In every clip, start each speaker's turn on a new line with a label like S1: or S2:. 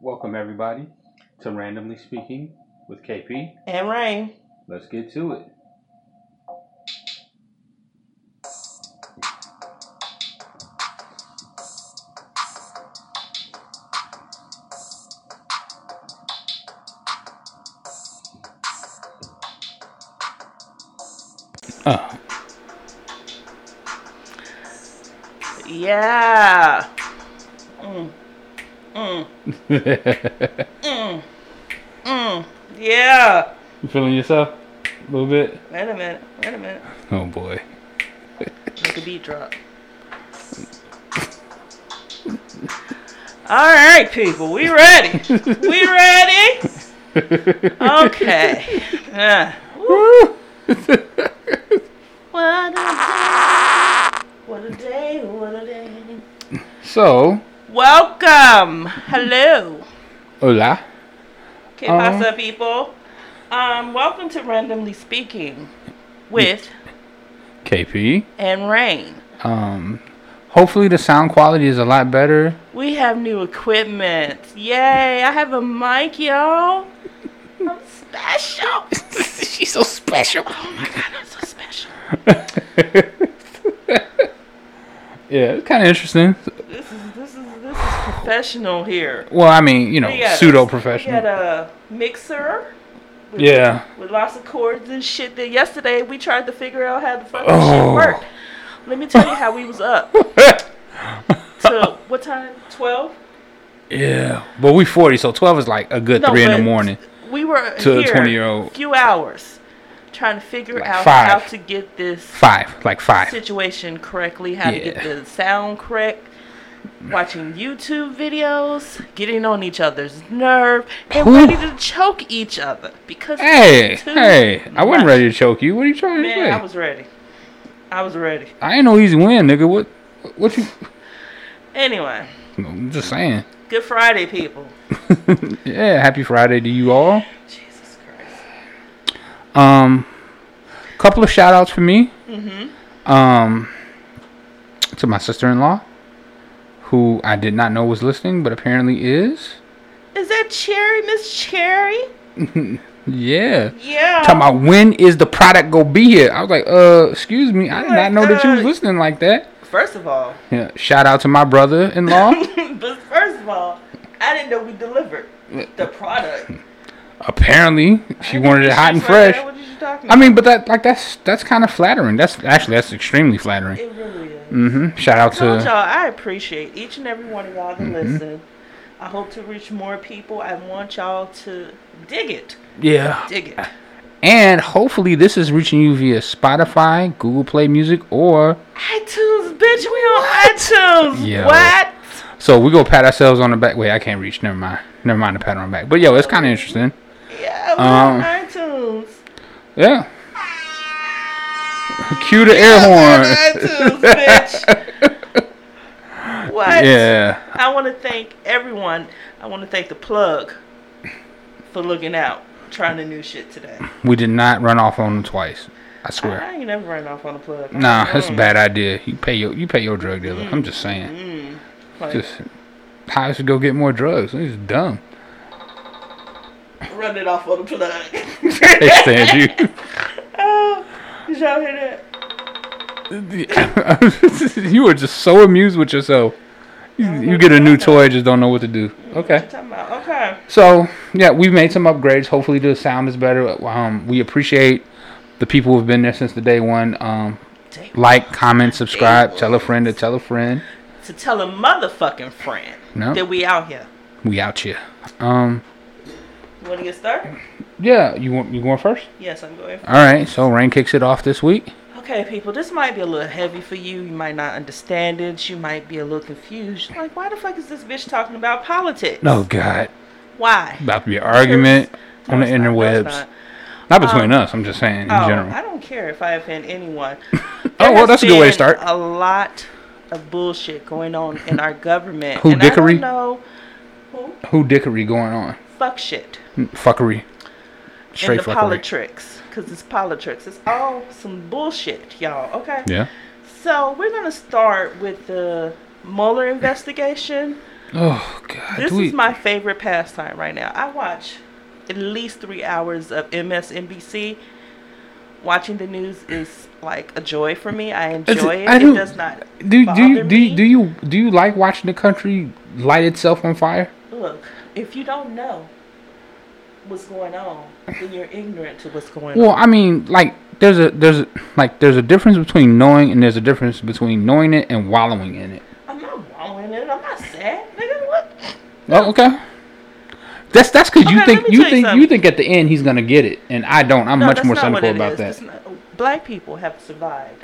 S1: Welcome, everybody, to Randomly Speaking with KP.
S2: And Rain.
S1: Let's get to it. Uh,
S2: Yeah. Mm. Mm. Mm. Mm. Yeah.
S1: you feeling yourself a little bit?
S2: Wait a minute. Wait a minute.
S1: Oh boy.
S2: Make a beat drop. All right, people. We ready. we ready. Okay. Yeah.
S1: Woo!
S2: What a day. What a day. What a day.
S1: so,
S2: Welcome. Hello.
S1: hola.
S2: Que
S1: Um,
S2: pasa, people? Um, welcome to Randomly Speaking with
S1: KP.
S2: and Rain.
S1: Um, hopefully the sound quality is a lot better.
S2: We have new equipment. Yay, I have a mic, y'all. I'm special.
S1: She's so special.
S2: Oh my god, I'm so special.
S1: yeah, it's kind of interesting.
S2: This is this is this is professional here.
S1: Well, I mean, you know,
S2: We got a-
S1: pseudo
S2: We got
S1: professional.
S2: a mixer
S1: Yeah.
S2: with lots of cords and shit that yesterday we tried to figure out how the fucking
S1: Oh.
S2: shit worked. Let me tell you how we was up. So what time? Twelve?
S1: yeah. But we 40, so 12 is like a good 3 in the
S2: but
S1: morning.
S2: We were
S1: To a
S2: here
S1: 20-year-old.
S2: few hours trying to figure
S1: Like
S2: out
S1: five.
S2: how to get this
S1: 5, like 5.
S2: situation correctly, how to get
S1: Yeah.
S2: the sound correct, watching YouTube videos, getting on each other's nerve, and
S1: Who-
S2: ready to choke each other because
S1: Hey,
S2: it's too
S1: hey, I wasn't
S2: much.
S1: ready to choke you. What are you trying to
S2: Man, I
S1: say?
S2: was ready. I was ready.
S1: I ain't no easy win, nigga. What, what you,
S2: Anyway,
S1: I'm just saying.
S2: good Friday, people.
S1: yeah, happy Friday to you all.
S2: Jesus Christ.
S1: Um, couple of shout outs for me.
S2: Mm-hmm.
S1: Um, to my sister in law, who I did not know was listening, but apparently is.
S2: Is that Cherry, Miss Cherry?
S1: Yeah.
S2: Yeah.
S1: Talking about when is the product gonna be here? I was like, uh, excuse me, I did
S2: Oh my
S1: not know that you was
S2: God.
S1: listening like that.
S2: First of all,
S1: Yeah. Shout out to my brother in law.
S2: but first of all, I didn't know we delivered the product.
S1: apparently, she wanted it hot and
S2: She's like,
S1: fresh.
S2: "What is you talking
S1: I mean, but that like that's that's kind of flattering. That's actually that's extremely flattering.
S2: it really is.
S1: Mm-hmm. Shout out
S2: Told y'all,
S1: to Mm-hmm.
S2: I appreciate each and every one of y'all that listen. I hope to reach more people. I want y'all to dig it,
S1: yeah,
S2: dig it.
S1: and hopefully this is reaching you via Spotify, Google Play Music, or
S2: iTunes, bitch, we on iTunes.
S1: Yo.
S2: What?
S1: so we go pat ourselves on the back. Wait, I can't reach. Never mind. Never mind the pat on the back. But yo, it's kind of interesting.
S2: Yeah, we
S1: Um,
S2: on iTunes.
S1: Yeah. Cue the air horn.
S2: iTunes, bitch. what?
S1: Yeah.
S2: I want to thank everyone. I want to thank the plug for looking out, trying the new shit today.
S1: We did not run off on him twice. I swear.
S2: I ain't never run off on the plug.
S1: Nah, that's a
S2: Mm.
S1: bad idea. You pay your you pay your drug dealer. I'm just saying.
S2: Mm. Like,
S1: Just how I should go get more drugs. It's dumb.
S2: run it off on the plug.
S1: They stand you.
S2: oh, did y'all hear that?
S1: you are just so amused with yourself. You, you get a new toy, just don't know what to do.
S2: What
S1: Okay.
S2: you talking about? Okay.
S1: So yeah, we've made some upgrades. Hopefully, the sound is better. Um, we appreciate the people who've been there since the day one. Um,
S2: Damn.
S1: like, comment, subscribe, tell a friend to tell a friend.
S2: To tell a motherfucking friend
S1: No.
S2: that we out here.
S1: We out here. Um,
S2: You want to get started?
S1: yeah, you want you going first?
S2: Yes, I'm going.
S1: All right. So Rain kicks it off this week.
S2: Okay, people, this might be a little heavy for you. You might not understand it. You might be a little confused. Like, why the fuck is this bitch talking about politics?
S1: Oh God,
S2: Why?
S1: about to be an argument
S2: No,
S1: on the
S2: it's not. No, it's
S1: interwebs.
S2: not.
S1: Not. between us. I'm just saying in
S2: Oh,
S1: general. Oh,
S2: I don't care if I offend anyone.
S1: well,
S2: There has
S1: that's a good way to
S2: been
S1: start.
S2: A lot of bullshit going on in our government.
S1: Who
S2: and
S1: dickery?
S2: I don't know. Who
S1: Who dickery going on?
S2: fuck shit
S1: Fuckery. Straight
S2: in the
S1: fuckery.
S2: politics? Because it's politics. It's all some bullshit, y'all. Okay.
S1: Yeah.
S2: So we're gonna start with the Mueller investigation.
S1: Oh God.
S2: This
S1: do we-
S2: is my favorite pastime right now. I watch at least three hours of MSNBC. Watching the news is like a joy for me. I enjoy
S1: It's-
S2: it.
S1: I
S2: it
S1: do-
S2: does not
S1: do do you
S2: bother
S1: do you,
S2: me.
S1: do you do you like watching the country light itself on fire?
S2: Look, if you don't know what's going on, then you're ignorant to what's going
S1: Well,
S2: on.
S1: I mean, like there's a there's a, like there's a difference between knowing and there's a difference between knowing it and wallowing in it.
S2: I'm not wallowing in it. I'm not sad, nigga. What?
S1: Oh, okay. That's that's because you
S2: Okay,
S1: think
S2: let me
S1: you
S2: tell you
S1: think you
S2: something.
S1: think at the end he's gonna get it, and I don't. I'm
S2: No,
S1: much
S2: that's
S1: more
S2: not what
S1: cynical
S2: it
S1: about
S2: is.
S1: that.
S2: It's not- black people have survived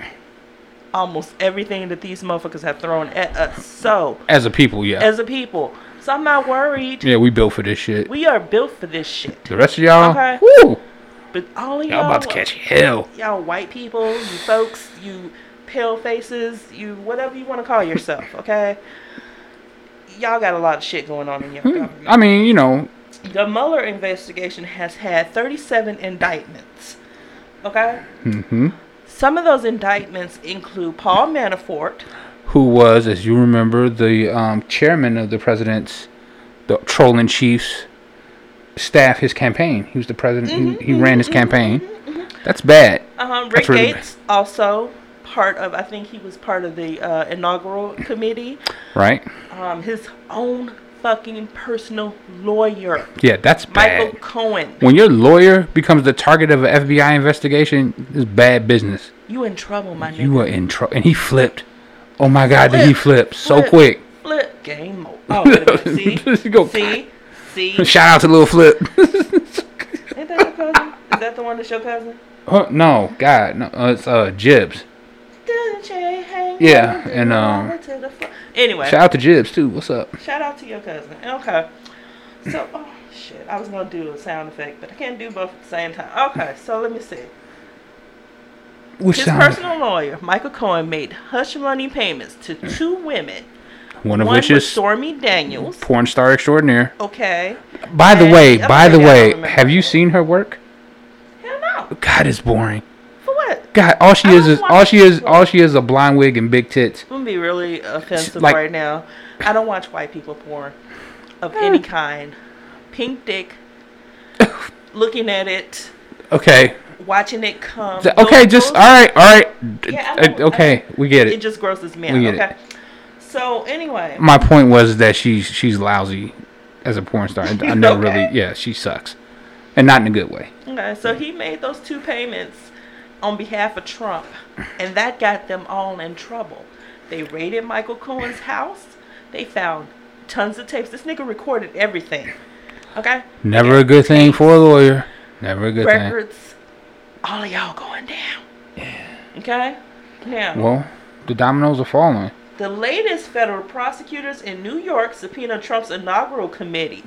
S2: almost everything that these motherfuckers have thrown at us. So,
S1: As a people, yeah,
S2: as a people, so I'm not worried.
S1: yeah, we built for this shit.
S2: We are built for this shit.
S1: the rest of y'all,
S2: Okay.
S1: woo,
S2: But all of y'all,
S1: y'all about to catch hell.
S2: y'all white people, you folks, you pale faces, you whatever you want to call yourself, okay? Y'all got a lot of shit going on in
S1: Hmm.
S2: your government.
S1: I mean, you know,
S2: The Mueller investigation has had 37 indictments, okay?
S1: hmm
S2: Some of those indictments include Paul Manafort,
S1: who was, as you remember, the um, chairman of the president's, the troll in chief's staff, his campaign. He was the president.
S2: Mm-hmm,
S1: he, he ran his campaign. That's bad.
S2: um, Rick
S1: That's really
S2: Gates, also part of, I think he was part of the uh, inaugural committee,
S1: Right?
S2: um, his own fucking personal lawyer,
S1: Yeah, that's bad.
S2: Michael Cohen.
S1: when your lawyer becomes the target of an FBI investigation, it's bad business.
S2: You in trouble, my nigga.
S1: You are in trouble. And he flipped. Oh my God, did he flip so
S2: Flip,
S1: quick?
S2: Flip game mode. Oh, wait a minute.
S1: Go-
S2: see, see, see.
S1: Shout out to Lil Flip.
S2: Ain't that your cousin? Is that the one that's your cousin?
S1: oh, no, God, no, uh, it's uh, Jibs.
S2: Didn't you hang
S1: Yeah,
S2: on to
S1: and,
S2: the
S1: um,
S2: wall to the fl- anyway,
S1: Shout out to Jibs too. What's up?
S2: shout out to your cousin. Okay, so oh shit, I was gonna do a sound effect, but I can't do both at the same time. Okay, so let me see.
S1: Which
S2: His
S1: sound?
S2: personal lawyer, Michael Cohen, made hush money payments to two women.
S1: One of
S2: one
S1: which
S2: was
S1: is
S2: Stormy Daniels.
S1: porn star extraordinaire.
S2: Okay.
S1: By the
S2: And
S1: way,
S2: the other
S1: by the
S2: lady, I don't
S1: way,
S2: remember
S1: have
S2: her
S1: you
S2: name.
S1: seen her work?
S2: Hell no.
S1: God, it's boring.
S2: For what?
S1: God, all she
S2: I
S1: is
S2: don't
S1: is
S2: watch
S1: all she is
S2: this
S1: all she is a blonde wig and big tits.
S2: I'm gonna be really offensive
S1: Like-
S2: right now. I don't watch white people porn of any kind. Pink dick, looking at it,
S1: Okay,
S2: watching it come.
S1: Th-
S2: Those-
S1: okay, just all
S2: those-
S1: right, all right. D-
S2: Yeah, I
S1: uh,
S2: know,
S1: Okay, we get
S2: It
S1: it.
S2: just grosses me out.
S1: We get it.
S2: Okay. So anyway,
S1: My point was that she's she's lousy as a porn star. I, I never
S2: Okay.
S1: really, yeah, she sucks, and not in a good way.
S2: okay, so he made those two payments on behalf of Trump, and that got them all in trouble. They raided Michael Cohen's house. They found tons of tapes. This nigga recorded everything. Okay.
S1: Never a good thing for a lawyer. Never a good thing.
S2: records, all of y'all going down. Okay? Now,
S1: Well, the dominoes are falling.
S2: the latest federal prosecutors in New York subpoena Trump's inaugural committee.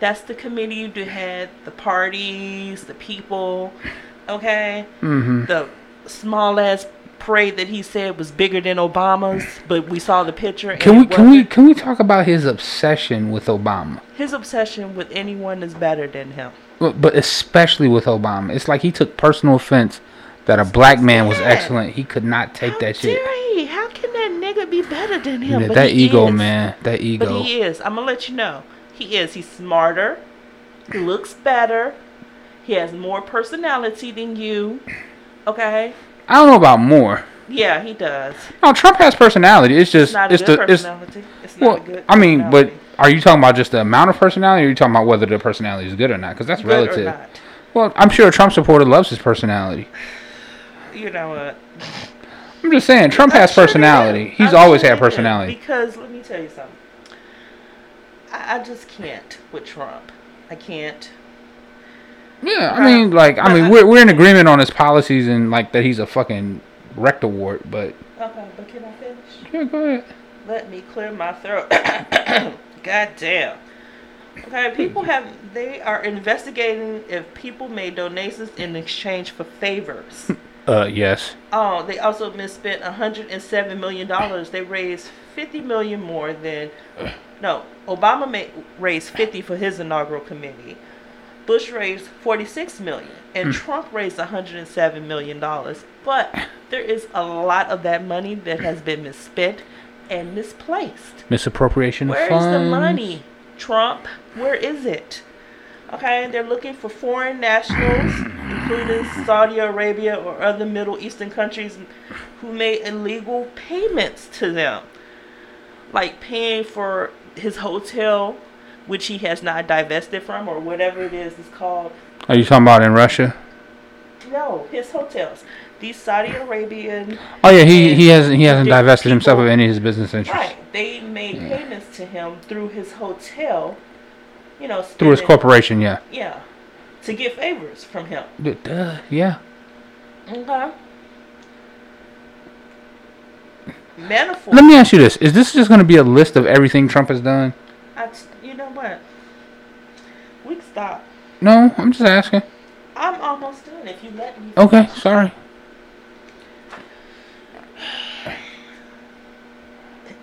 S2: That's the committee that had the parties, the people, okay?
S1: Mm-hmm.
S2: The small ass parade that he said was bigger than Obama's, but we saw the picture. and
S1: Can we
S2: it
S1: can we
S2: wasn't.
S1: can we talk about his obsession with Obama?
S2: His obsession with anyone is better than him.
S1: Well, but especially with Obama. It's like he took personal offense that a black man was
S2: Yeah.
S1: excellent. He could not take
S2: How
S1: that shit.
S2: dare he? How can that nigga be better than him?
S1: Yeah,
S2: But
S1: that
S2: he
S1: ego,
S2: is.
S1: man. That ego.
S2: But he is. I'm gonna let you know. He is. He's smarter. He looks better. He has more personality than you. Okay.
S1: I don't know about more.
S2: Yeah, he does.
S1: No, Trump has personality. It's just
S2: It's not a
S1: it's
S2: good
S1: the it's
S2: personality. It's, not
S1: well.
S2: a good.
S1: I mean, but
S2: personality.
S1: are you talking about just the amount of personality, or are you talking about whether the personality is good or not? Because that's
S2: Good or
S1: relative.
S2: not.
S1: Well, I'm sure a Trump supporter loves his personality.
S2: You know what?
S1: I'm just saying, Trump
S2: I'm
S1: has
S2: sure they do.
S1: personality. He's
S2: I'm
S1: always
S2: sure
S1: had
S2: they do,
S1: personality.
S2: Because let me tell you something. I, I just can't with Trump. I can't.
S1: Yeah, I
S2: Right.
S1: mean, like, I
S2: But uh,
S1: mean,
S2: I-
S1: we're we're in agreement on his policies and like that he's a fucking rectawart. But
S2: Okay, but can I finish?
S1: yeah, go ahead.
S2: Let me clear my throat. God damn. Okay, people have they are investigating if people made donations in exchange for favors.
S1: Uh, yes.
S2: Oh, they also misspent 107 million dollars. They raised 50 million more than no. Obama made, raised 50 for his inaugural committee. Bush raised 46 million, and Trump raised 107 million dollars. But there is a lot of that money that has been misspent and misplaced.
S1: Misappropriation of
S2: Where
S1: funds.
S2: is the money, Trump? Where is it? Okay, they're looking for foreign nationals, including Saudi Arabia or other Middle Eastern countries, who made illegal payments to them, like paying for his hotel, which he has not divested from, or whatever it is it's called.
S1: Are you talking about in Russia?
S2: No, his hotels. These Saudi Arabian
S1: Oh yeah, he,
S2: And
S1: he hasn't he hasn't
S2: different
S1: divested himself of
S2: people-
S1: any of his business interests
S2: Right. They made
S1: Yeah.
S2: payments to him through his hotel, you know,
S1: through his
S2: spending-
S1: corporation. Yeah.
S2: Yeah, to get favors from him.
S1: Duh, yeah.
S2: Okay. Manafort.
S1: Let me ask you this: Is this just going to be a list of everything Trump has done?
S2: I t- you know what? We can stop.
S1: No, I'm just asking.
S2: I'm almost done. If you let me.
S1: Okay, sorry.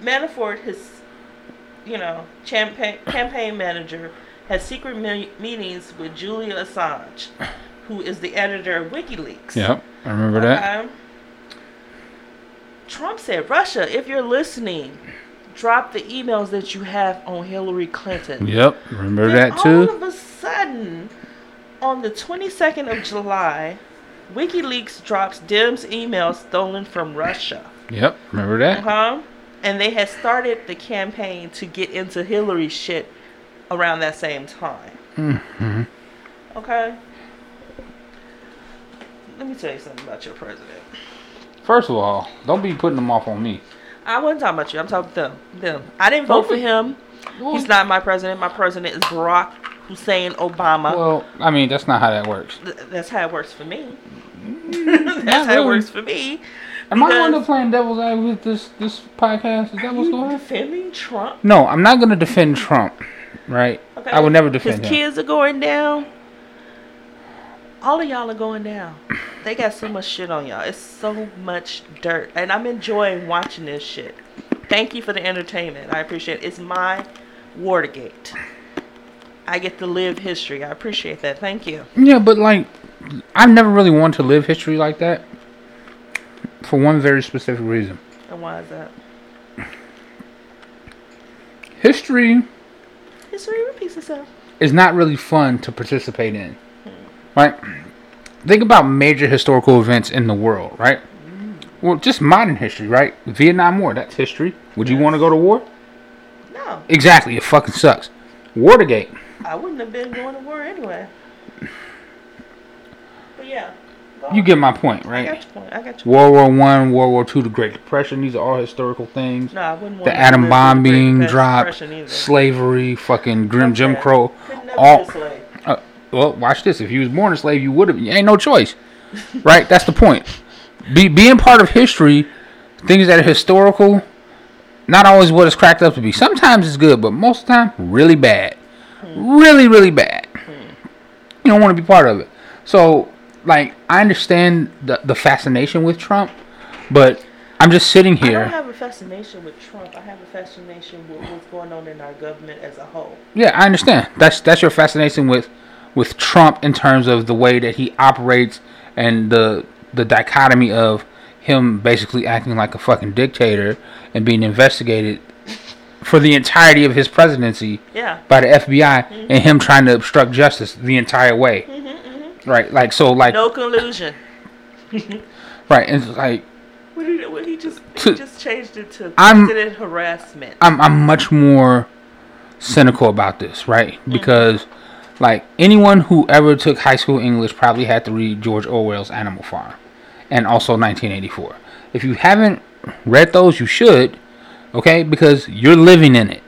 S2: Manafort, his, you know, campaign campaign manager, has secret me- meetings with Julia Assange, who is the editor of WikiLeaks.
S1: Yep, I remember that.
S2: Okay. Trump said, Russia, if you're listening, drop the emails that you have on Hillary Clinton.
S1: Yep, remember
S2: Then
S1: that
S2: All
S1: too.
S2: of a sudden, on the 22nd of July, WikiLeaks drops Dim's emails stolen from Russia.
S1: Yep, remember that.
S2: Huh? And they had started the campaign to get into Hillary's shit around that same time.
S1: hmm
S2: Okay? Let me tell you something about your president.
S1: First of all, don't be putting them off on me.
S2: I wasn't talking about you. I'm talking about them. Them. I didn't vote for him. He's not my president. My president is Barack Hussein Obama.
S1: Well, I mean that's not how that works.
S2: Th- That's how it works for me. That's how it
S1: mm-hmm. really.
S2: works for me.
S1: Am I going to
S2: Because-
S1: playing devil's advocate with this this podcast? Is that what's
S2: You
S1: going on?
S2: defending Trump?
S1: No, I'm not going to defend Trump. Right? I will never defend
S2: His
S1: him.
S2: kids are going down. All of y'all are going down. They got so much shit on y'all. It's so much dirt. And I'm enjoying watching this shit. Thank you for the entertainment. I appreciate it. It's my Watergate. I get to live history. I appreciate that. Thank you.
S1: Yeah, but like, I've never really wanted to live history like that. For one very specific reason,
S2: And why is that?
S1: history
S2: History repeats itself.
S1: is not really fun to participate in. Right? Think about major historical events in the world. Right? Well, just modern history. Right? Vietnam War. That's history. Would you want to go to war?
S2: No,
S1: Exactly. It fucking sucks. Watergate.
S2: I wouldn't have been going to war anyway. But yeah. go
S1: You
S2: on.
S1: get my point,
S2: I
S1: right?
S2: got your point. I got your
S1: World War One, World War Two, the Great Depression. These are all historical things.
S2: No, I wouldn't want
S1: the
S2: to
S1: atom
S2: live
S1: bomb
S2: through the Great
S1: being
S2: Depression
S1: dropped,
S2: either.
S1: slavery, fucking grim Jim
S2: Okay.
S1: Crow,
S2: Couldn't never
S1: all.
S2: be a slave.
S1: Uh, well, watch this. If you was born a slave, you would have. You ain't no choice, right? That's the point. Be, being part of history, things that are historical, not always what it's cracked up to be. Sometimes it's good, but most of the time, really bad, really, really bad. You don't want to be part of it. So, like, I understand the the fascination with Trump, but I'm just sitting
S2: I
S1: here.
S2: don't have a fascination with Trump. I have a fascination with what's going on in our government as a whole.
S1: Yeah, I understand. That's that's your fascination with with Trump in terms of the way that he operates and the the dichotomy of him basically acting like a fucking dictator and being investigated for the entirety of his presidency
S2: Yeah.
S1: by the FBI and him trying to obstruct justice the entire way. Right, like so like
S2: No collusion.
S1: right, and it's like
S2: What did it- what he just he
S1: To-
S2: just changed it to
S1: I'm-
S2: president harassment.
S1: I'm I'm much more cynical about this, right?
S2: Mm-hmm.
S1: Because like anyone who ever took high school English probably had to read George Orwell's Animal Farm and also 1984. If you haven't read those, you should, okay? Because you're living in it.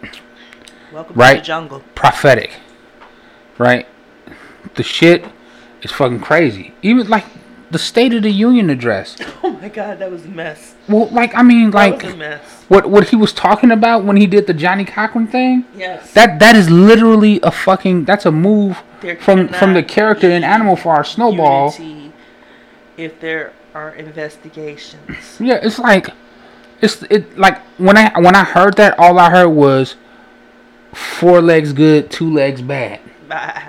S2: Welcome
S1: right.
S2: to the jungle.
S1: Prophetic. Right? The shit is fucking crazy. Even like the State of the Union address.
S2: Oh my god, that was a mess.
S1: Well, like I mean
S2: That
S1: like
S2: was a mess.
S1: what what he was talking about when he did the Johnny Cochran thing?
S2: Yes.
S1: That that is literally a fucking that's a move
S2: There
S1: from from the
S2: cannot
S1: character in
S2: be
S1: Animal Farm Snowball.
S2: Unity if there are investigations.
S1: Yeah, it's like it's it like when I when I heard that all I heard was four legs good, two legs bad.
S2: Bye.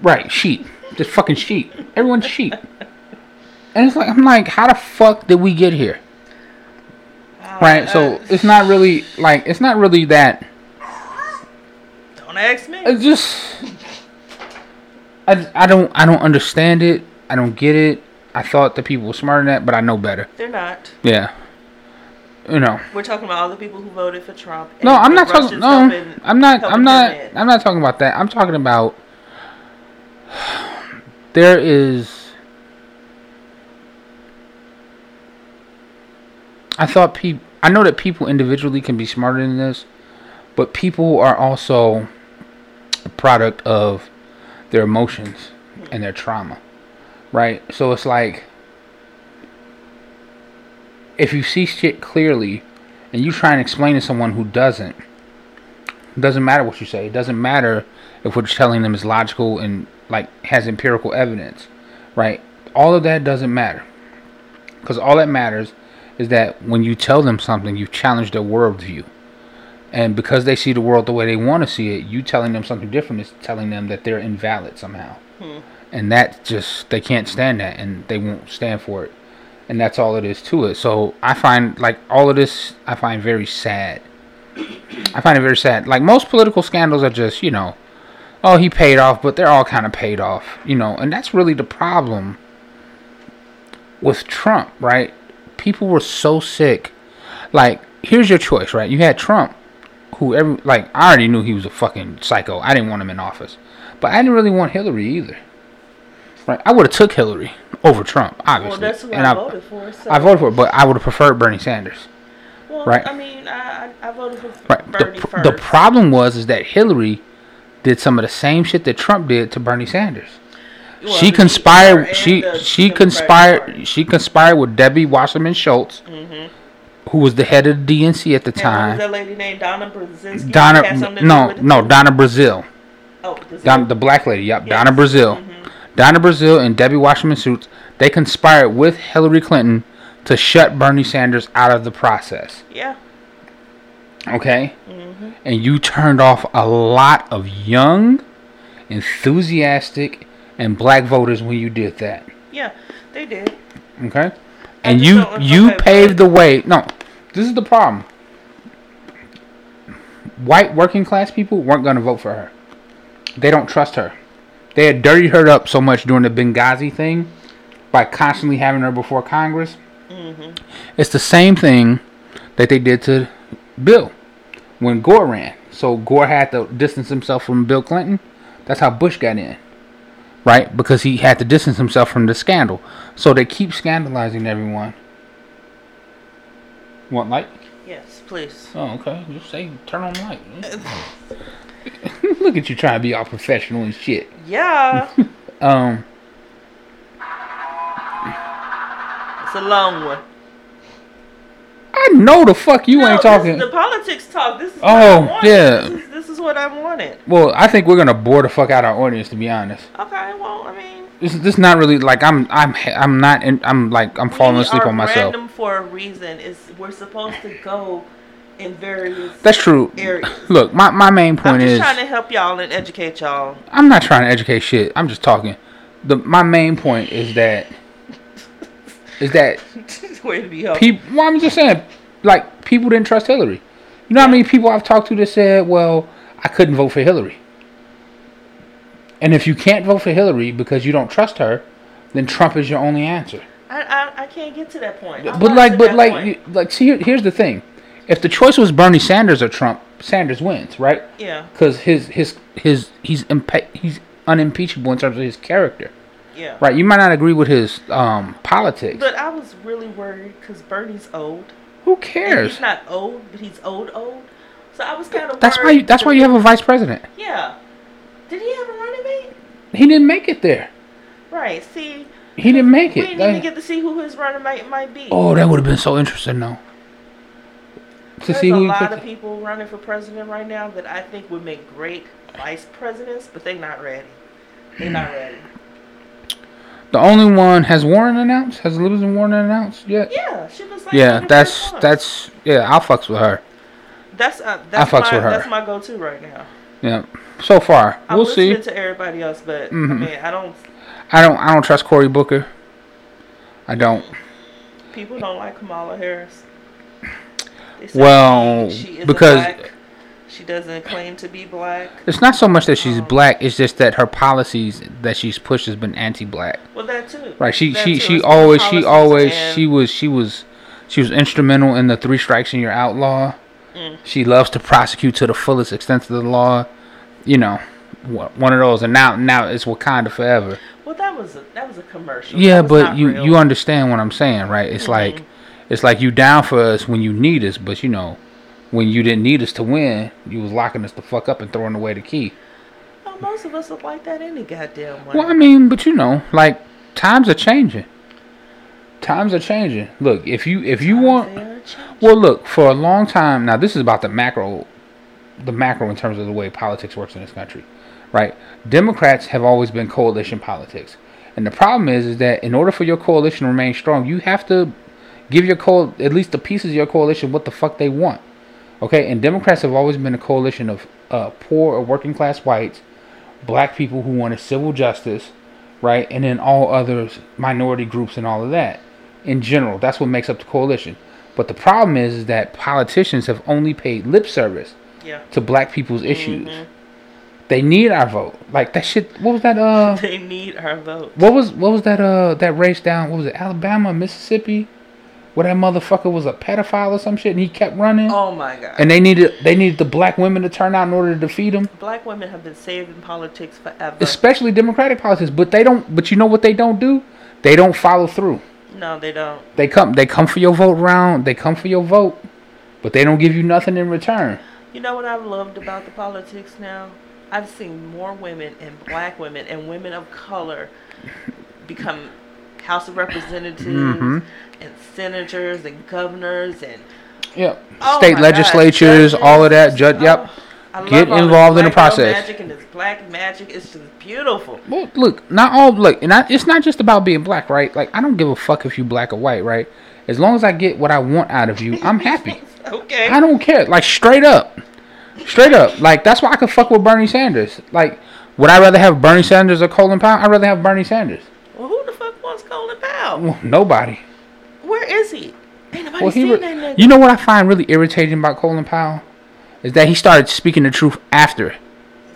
S1: Right, sheep. Just fucking sheep. Everyone's sheep. And it's like I'm like, how the fuck did we get here? right? So it's not really like it's not really that.
S2: Don't ask me.
S1: It's just I, I don't I don't understand it. I don't get it. I thought the people were smarter than that, but I know better.
S2: They're not.
S1: Yeah, you know.
S2: We're talking about all the people who voted for Trump. and
S1: No, I'm
S2: the
S1: not talking.
S2: Russians
S1: No,
S2: helping-
S1: I'm not.
S2: helping
S1: I'm not.
S2: them in.
S1: I'm not talking about that. I'm talking about there is. I thought people. I know that people individually can be smarter than this, but people are also a product of their emotions and their trauma, right? So it's like if you see shit clearly and you try and explain to someone who doesn't, it doesn't matter what you say. It doesn't matter if what you're telling them is logical and like has empirical evidence, right? All of that doesn't matter because all that matters is that when you tell them something, you challenge their worldview. And because they see the world the way they want to see it, you telling them something different is telling them that they're invalid somehow. And that just, they can't stand that and they won't stand for it. And that's all it is to it. So I find, like, all of this, I find very sad. I find it very sad. Like, most political scandals are just, you know, oh, he paid off, but they're all kind of paid off, you know. And that's really the problem with Trump, right? People were so sick. Like, here's your choice, right? You had Trump, who every like I already knew he was a fucking psycho. I didn't want him in office, but I didn't really want Hillary either. Right? I would have took Hillary over Trump,
S2: Well,
S1: obviously.
S2: that's who
S1: and
S2: I, voted for. So.
S1: I voted for, it, but I would have preferred Bernie Sanders.
S2: Well,
S1: right.
S2: I mean, I, I I voted for
S1: Right.
S2: Bernie
S1: the, pr-
S2: first.
S1: the problem was is that Hillary did some of the same shit that Trump did to Bernie Sanders.
S2: Well,
S1: she
S2: the
S1: conspired.
S2: GOP
S1: She
S2: and the
S1: she
S2: Democratic Party.
S1: conspired. She conspired with Debbie Wasserman Schultz, who was the head of the DNC at the
S2: Mm-hmm. And what was
S1: time.
S2: that lady named Donna Brzezinski? Had
S1: Donna,
S2: something to do
S1: no,
S2: with it?
S1: no, Donna Brazil,
S2: Oh, Brzezinski.
S1: Don, the black lady. Yep, Donna
S2: Yes. Mm-hmm.
S1: Brazil, Donna Brazil, and Debbie Wasserman Schultz. They conspired with Hillary Clinton to shut Bernie Sanders out of the process.
S2: yeah.
S1: Okay? And you turned off a lot of young, enthusiastic, and black voters when you did that.
S2: Yeah, they did.
S1: Okay?
S2: I
S1: And
S2: just
S1: you
S2: don't-
S1: you
S2: okay,
S1: paved
S2: but-
S1: the way. No, this is the problem. White working class people weren't going to vote for her. They don't trust her. They had dirtied her up so much during the Benghazi thing by constantly having her before Congress.
S2: Mm-hmm.
S1: It's the same thing that they did to Bill when Gore ran. So Gore had to distance himself from Bill Clinton. That's how Bush got in right? Because he had to distance himself from the scandal. So they keep scandalizing everyone. Want light?
S2: Yes, please.
S1: Oh, okay. Just say turn on light. Look at you trying to be all professional and shit.
S2: Yeah,
S1: Um,
S2: it's a long one.
S1: I know the fuck you
S2: No,
S1: ain't
S2: this
S1: talking.
S2: is the politics talk. This is
S1: Oh,
S2: what I wanted.
S1: yeah.
S2: This is, this is what I wanted.
S1: well, I think we're gonna bore the fuck out our audience, to be honest.
S2: Okay, well, I mean,
S1: This is this is not really like I'm I'm I'm not in, I'm like I'm falling
S2: we
S1: asleep
S2: are
S1: on myself.
S2: random for a reason. It's we're supposed to go in various.
S1: That's true.
S2: areas.
S1: Look, my, my main
S2: I'm
S1: point
S2: just
S1: is
S2: trying to help y'all and educate y'all.
S1: I'm not trying to educate shit. I'm just talking. The my main point is that is that
S2: Way to be helped.
S1: people. Well, I'm just saying, like people didn't trust Hillary. You know how many people I've talked to that said, "Well, I couldn't vote for Hillary." And if you can't vote for Hillary because you don't trust her, then Trump is your only answer.
S2: I, I I can't get to that point. I'm
S1: But
S2: not
S1: like,
S2: to
S1: but
S2: that
S1: like,
S2: point.
S1: you, like, see, here, here's the thing: if the choice was Bernie Sanders or Trump, Sanders wins, right?
S2: yeah,
S1: Because his his his he's impe- he's unimpeachable in terms of his character.
S2: yeah.
S1: Right, you might not agree with his um, politics.
S2: But I was really worried because Bernie's old.
S1: Who
S2: And
S1: cares?
S2: he's not old, but he's old old. So I was kind of
S1: That's why. You, that's why you have a vice president.
S2: yeah. Did he have a running mate?
S1: He didn't make it there.
S2: Right. See,
S1: He didn't make
S2: we
S1: it.
S2: didn't
S1: That-
S2: even get to see who his running mate might be.
S1: oh, that would have been so interesting, though. To
S2: There's
S1: see
S2: a
S1: who he
S2: lot of
S1: picked.
S2: people running for president right now that I think would make great vice presidents, but they not ready. They
S1: Hmm.
S2: not ready.
S1: The only one has Warren announced. Has Elizabeth Warren announced yet?
S2: Yeah, she looks like
S1: Yeah,
S2: Jennifer
S1: that's
S2: Lawrence.
S1: that's yeah. I'll fucks with her.
S2: that's uh, that's
S1: fucks
S2: my
S1: with her.
S2: that's my go-to right now.
S1: Yeah, so far
S2: I'm
S1: we'll see.
S2: listening to everybody else, but I
S1: Mhm.
S2: mean, I don't.
S1: I don't I don't trust Cory Booker. I don't.
S2: People don't like Kamala Harris. They said
S1: Well,
S2: she is
S1: because
S2: black. she doesn't claim to be black.
S1: it's not so much that she's
S2: Um,
S1: black; it's just that her policies that she's pushed has been anti-black.
S2: Well, that too.
S1: Right? She
S2: That
S1: she
S2: too,
S1: she
S2: it's
S1: always she
S2: policies
S1: always
S2: and-
S1: she was she was she was instrumental in the three strikes and you're outlaw.
S2: Mm.
S1: She loves to prosecute to the fullest extent of the law. You know, wha- one of those. And now now it's Wakanda forever.
S2: Well, that was a, that was a commercial.
S1: Yeah,
S2: That was
S1: but
S2: not
S1: you
S2: real. Mm-hmm.
S1: you understand what I'm saying, right? It's like it's like you down for us when you need us, but you know, when you didn't need us to win, you was locking us the fuck up and throwing away the key.
S2: Well, most of us look like that any goddamn way.
S1: Well, I mean, but you know, like times are changing. Times are changing. Look, if you if you want, well, look for a long time now. This is about the macro, the macro in terms of the way politics works in this country, right? Democrats have always been coalition politics, and the problem is, is that in order for your coalition to remain strong, you have to give your coal at least the pieces of your coalition what the fuck they want. Okay, and Democrats have always been a coalition of uh, poor or working class whites, black people who wanted civil justice, right, and then all others, minority groups, and all of that. In general, that's what makes up the coalition. But the problem is, is that politicians have only paid lip service
S2: yeah.
S1: to black people's issues. They need our vote. Like that shit. What was that? Uh,
S2: They need our vote.
S1: what was what was that? Uh, that race down. What was it? Alabama, Mississippi, where that motherfucker was a pedophile or some shit, and he kept running.
S2: Oh my God.
S1: And they needed they needed the black women to turn out in order to defeat him.
S2: Black women have been saving politics forever.
S1: especially democratic politics but they don't but you know what they don't do they don't follow through
S2: no, they don't.
S1: they come they come for your vote round they come for your vote but they don't give you nothing in return
S2: You know what I've loved about the politics now? I've seen more women and black women and women of color become House of Representatives
S1: Mhm.
S2: and senators and governors and
S1: yeah
S2: oh
S1: state
S2: my God,
S1: legislatures all of that
S2: judges.
S1: ju- yep
S2: Oh, I love
S1: Get
S2: all this
S1: involved in the
S2: black girl
S1: process.
S2: Magic and this black magic is just beautiful.
S1: well look not all look and I, it's not just about being black right like i don't give a fuck if you black or white right as long as i get what i want out of you i'm happy
S2: Okay.
S1: I don't care. Like straight up, straight up. Like that's why I could fuck with Bernie Sanders. Like, would I rather have Bernie Sanders or Colin Powell? I'd rather have Bernie Sanders.
S2: well, who the fuck wants Colin Powell?
S1: Well, nobody.
S2: Where is he? Ain't nobody
S1: Well, he.
S2: seen
S1: Re-
S2: that nigga.
S1: you know what I find really irritating about Colin Powell is that he started speaking the truth after.